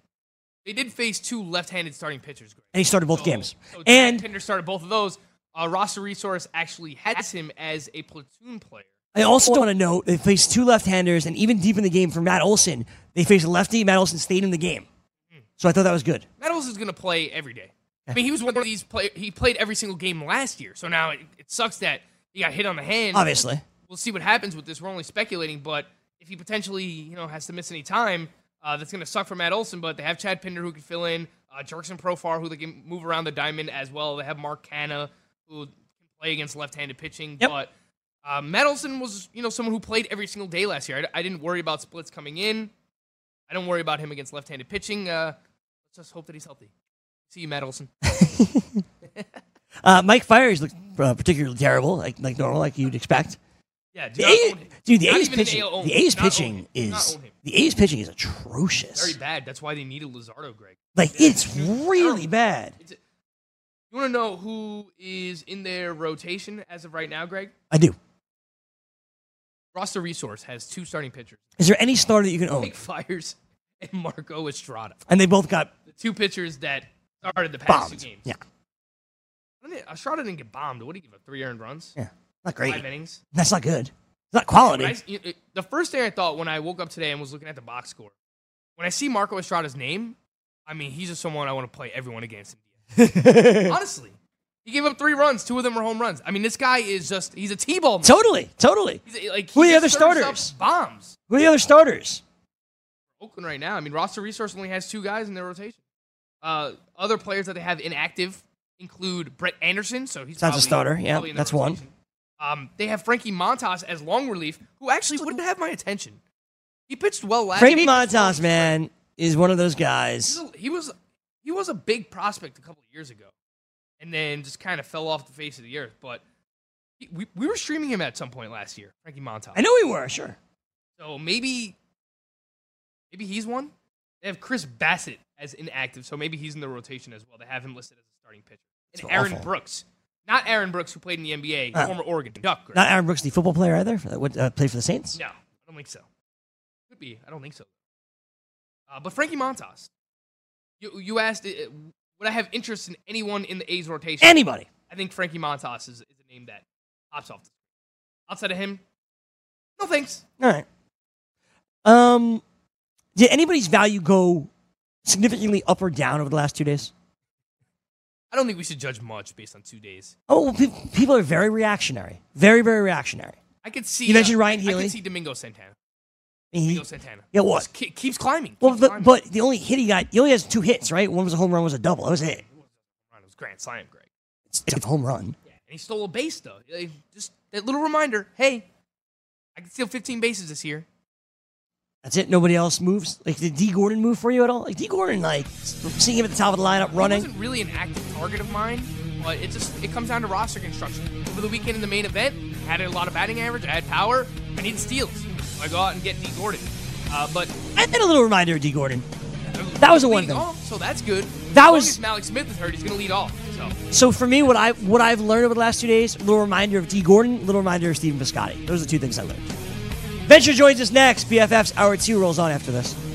[SPEAKER 4] They did face two left-handed starting pitchers, Greg.
[SPEAKER 3] he started both
[SPEAKER 4] So-
[SPEAKER 3] games.
[SPEAKER 4] So
[SPEAKER 3] And
[SPEAKER 4] Pinder started both of those. Uh, roster resource actually has him as a platoon player.
[SPEAKER 3] I also want to note they faced two left-handers, and even deep in the game for Matt Olson, they faced a lefty. Matt Olson stayed in the game,
[SPEAKER 4] Hmm.
[SPEAKER 3] so I thought that was good.
[SPEAKER 4] Matt Olson's going to play every day. I mean, he was one of these play. He played every single game last year, so now it, it sucks that he got hit on the hand.
[SPEAKER 3] Oh, Obviously,
[SPEAKER 4] we'll see what happens with this. We're only speculating, but if he potentially, you know, has to miss any time, Uh, that's going to suck for Matt Olson, but they have Chad Pinder who can fill in, uh, Jerkson Profar who they can move around the diamond as well. They have Mark Canna who can play against left-handed pitching,
[SPEAKER 3] Yep.
[SPEAKER 4] but uh, Matt Olson was you know someone who played every single day last year. I, I didn't worry about splits coming in. I don't worry about him against left-handed pitching. Uh, let's just hope that he's healthy. See you, Matt Olson.
[SPEAKER 3] Uh, Mike Fires looked uh, particularly terrible, like like normal, like you'd expect.
[SPEAKER 4] Yeah, do
[SPEAKER 3] The
[SPEAKER 4] not
[SPEAKER 3] A's,
[SPEAKER 4] own him.
[SPEAKER 3] dude, the
[SPEAKER 4] Not
[SPEAKER 3] A's
[SPEAKER 4] even an
[SPEAKER 3] pitching,
[SPEAKER 4] AL own.
[SPEAKER 3] the A's
[SPEAKER 4] Not own
[SPEAKER 3] pitching
[SPEAKER 4] him. Not
[SPEAKER 3] is
[SPEAKER 4] own him.
[SPEAKER 3] the A's pitching is atrocious.
[SPEAKER 4] very bad. That's why they needed Lizardo, Greg.
[SPEAKER 3] Like it's
[SPEAKER 4] Dude,
[SPEAKER 3] really
[SPEAKER 4] terrible.
[SPEAKER 3] bad.
[SPEAKER 4] It's you want to know who is in their rotation as of right now, Greg?
[SPEAKER 3] I do.
[SPEAKER 4] Roster Resource has two starting pitchers,
[SPEAKER 3] Is there any starter that you can own?
[SPEAKER 4] Nick Fires and Marco Estrada.
[SPEAKER 3] And they both got
[SPEAKER 4] The two pitchers that started the past
[SPEAKER 3] bombed.
[SPEAKER 4] two games.
[SPEAKER 3] Yeah,
[SPEAKER 4] When did- Estrada didn't get bombed. What did he give up? Three earned runs?
[SPEAKER 3] yeah, not
[SPEAKER 4] Five
[SPEAKER 3] great.
[SPEAKER 4] innings?
[SPEAKER 3] That's not good. It's not
[SPEAKER 4] When I,
[SPEAKER 3] quality.
[SPEAKER 4] you- it- the first thing I thought when I woke up today and was looking at the box score, when I see Marco Estrada's name, I mean, he's just someone I want to play everyone against.
[SPEAKER 3] <laughs>
[SPEAKER 4] Honestly, he gave up three runs. Two of them were home runs. I mean, this guy is just—he's a T-ball. man.
[SPEAKER 3] Totally, totally.
[SPEAKER 4] He's, like, he
[SPEAKER 3] Who are the
[SPEAKER 4] just
[SPEAKER 3] other
[SPEAKER 4] serves up
[SPEAKER 3] starters?
[SPEAKER 4] Bombs.
[SPEAKER 3] Who are the other starters?
[SPEAKER 4] Oakland right now. I mean, roster resource only has two guys in their rotation. Uh, other players that they have inactive include Brett Anderson, so he's
[SPEAKER 3] Sounds a
[SPEAKER 4] probably-
[SPEAKER 3] starter. Yeah,
[SPEAKER 4] probably in their
[SPEAKER 3] that's one.
[SPEAKER 4] rotation. Um, they have Frankie Montas as long relief, who actually wouldn't have my attention. He pitched well last
[SPEAKER 3] Frankie
[SPEAKER 4] year.
[SPEAKER 3] Montas, man, is one of those
[SPEAKER 4] He's
[SPEAKER 3] guys.
[SPEAKER 4] a- He was he was a big prospect a couple of years ago, and then just kind of fell off the face of the earth. But he, we we were streaming him at some point last year, Frankie Montas.
[SPEAKER 3] I know we were sure.
[SPEAKER 4] So maybe, maybe he's one. They have Chris Bassett as inactive, so maybe he's in the rotation as well. They have him listed as a starting pitcher. And
[SPEAKER 3] That's
[SPEAKER 4] Aaron
[SPEAKER 3] awful.
[SPEAKER 4] Brooks, not Aaron Brooks, who played in the NBA,
[SPEAKER 3] Uh,
[SPEAKER 4] former Oregon Duck. Greg.
[SPEAKER 3] Not Aaron Brooks, the football player either. That would, uh, played for the Saints.
[SPEAKER 4] no, I don't think so. Could be. I don't think so. Uh, but Frankie Montas, you you asked, uh, would I have interest in anyone in the A's rotation?
[SPEAKER 3] Anybody?
[SPEAKER 4] I think Frankie Montas is, is a name that pops off. the screen. Outside of him, no thanks.
[SPEAKER 3] All right. Um, did anybody's value go significantly up or down over the last two days?
[SPEAKER 4] I don't think we should judge much based on two days.
[SPEAKER 3] Oh, well, pe- people are very reactionary. Very, very reactionary.
[SPEAKER 4] I could see. uh,
[SPEAKER 3] You mentioned Ryan
[SPEAKER 4] I
[SPEAKER 3] Healy.
[SPEAKER 4] could see Domingo Santana.
[SPEAKER 3] I mean, he-
[SPEAKER 4] Domingo Santana.
[SPEAKER 3] Yeah, what?
[SPEAKER 4] Just ke- keeps climbing.
[SPEAKER 3] well,
[SPEAKER 4] keeps
[SPEAKER 3] but,
[SPEAKER 4] climbing.
[SPEAKER 3] but the only hit he got, he only has two hits, right? One was a home run, one was a double. That was it.
[SPEAKER 4] Ryan was grand slam, Greg.
[SPEAKER 3] It's, it's a home run.
[SPEAKER 4] Yeah, and he stole a base though. Like, Just that little reminder. Hey, I can steal 15 bases this year.
[SPEAKER 3] That's it. Nobody else moves. Like, did D Gordon move for you at all? Like, D Gordon, like, seeing him at the top of the lineup
[SPEAKER 4] He
[SPEAKER 3] running.
[SPEAKER 4] wasn't really an active target of mine, but it just it comes down to roster construction. Over the weekend in the main event, I had a lot of batting average. I had power. I need steals. So I go out and get D Gordon. Uh, but
[SPEAKER 3] And then a little reminder of D Gordon. That was the one
[SPEAKER 4] leading
[SPEAKER 3] thing.
[SPEAKER 4] Off, so that's good.
[SPEAKER 3] That
[SPEAKER 4] As long
[SPEAKER 3] was-
[SPEAKER 4] as Malik Smith is hurt. He's going to lead off. So
[SPEAKER 3] So for me, what I what I've learned over the last two days, a little reminder of D. Gordon, a little reminder of Stephen Piscotty. Those are the two things I learned. Venture joins us next. BFFs Hour Two rolls on after this.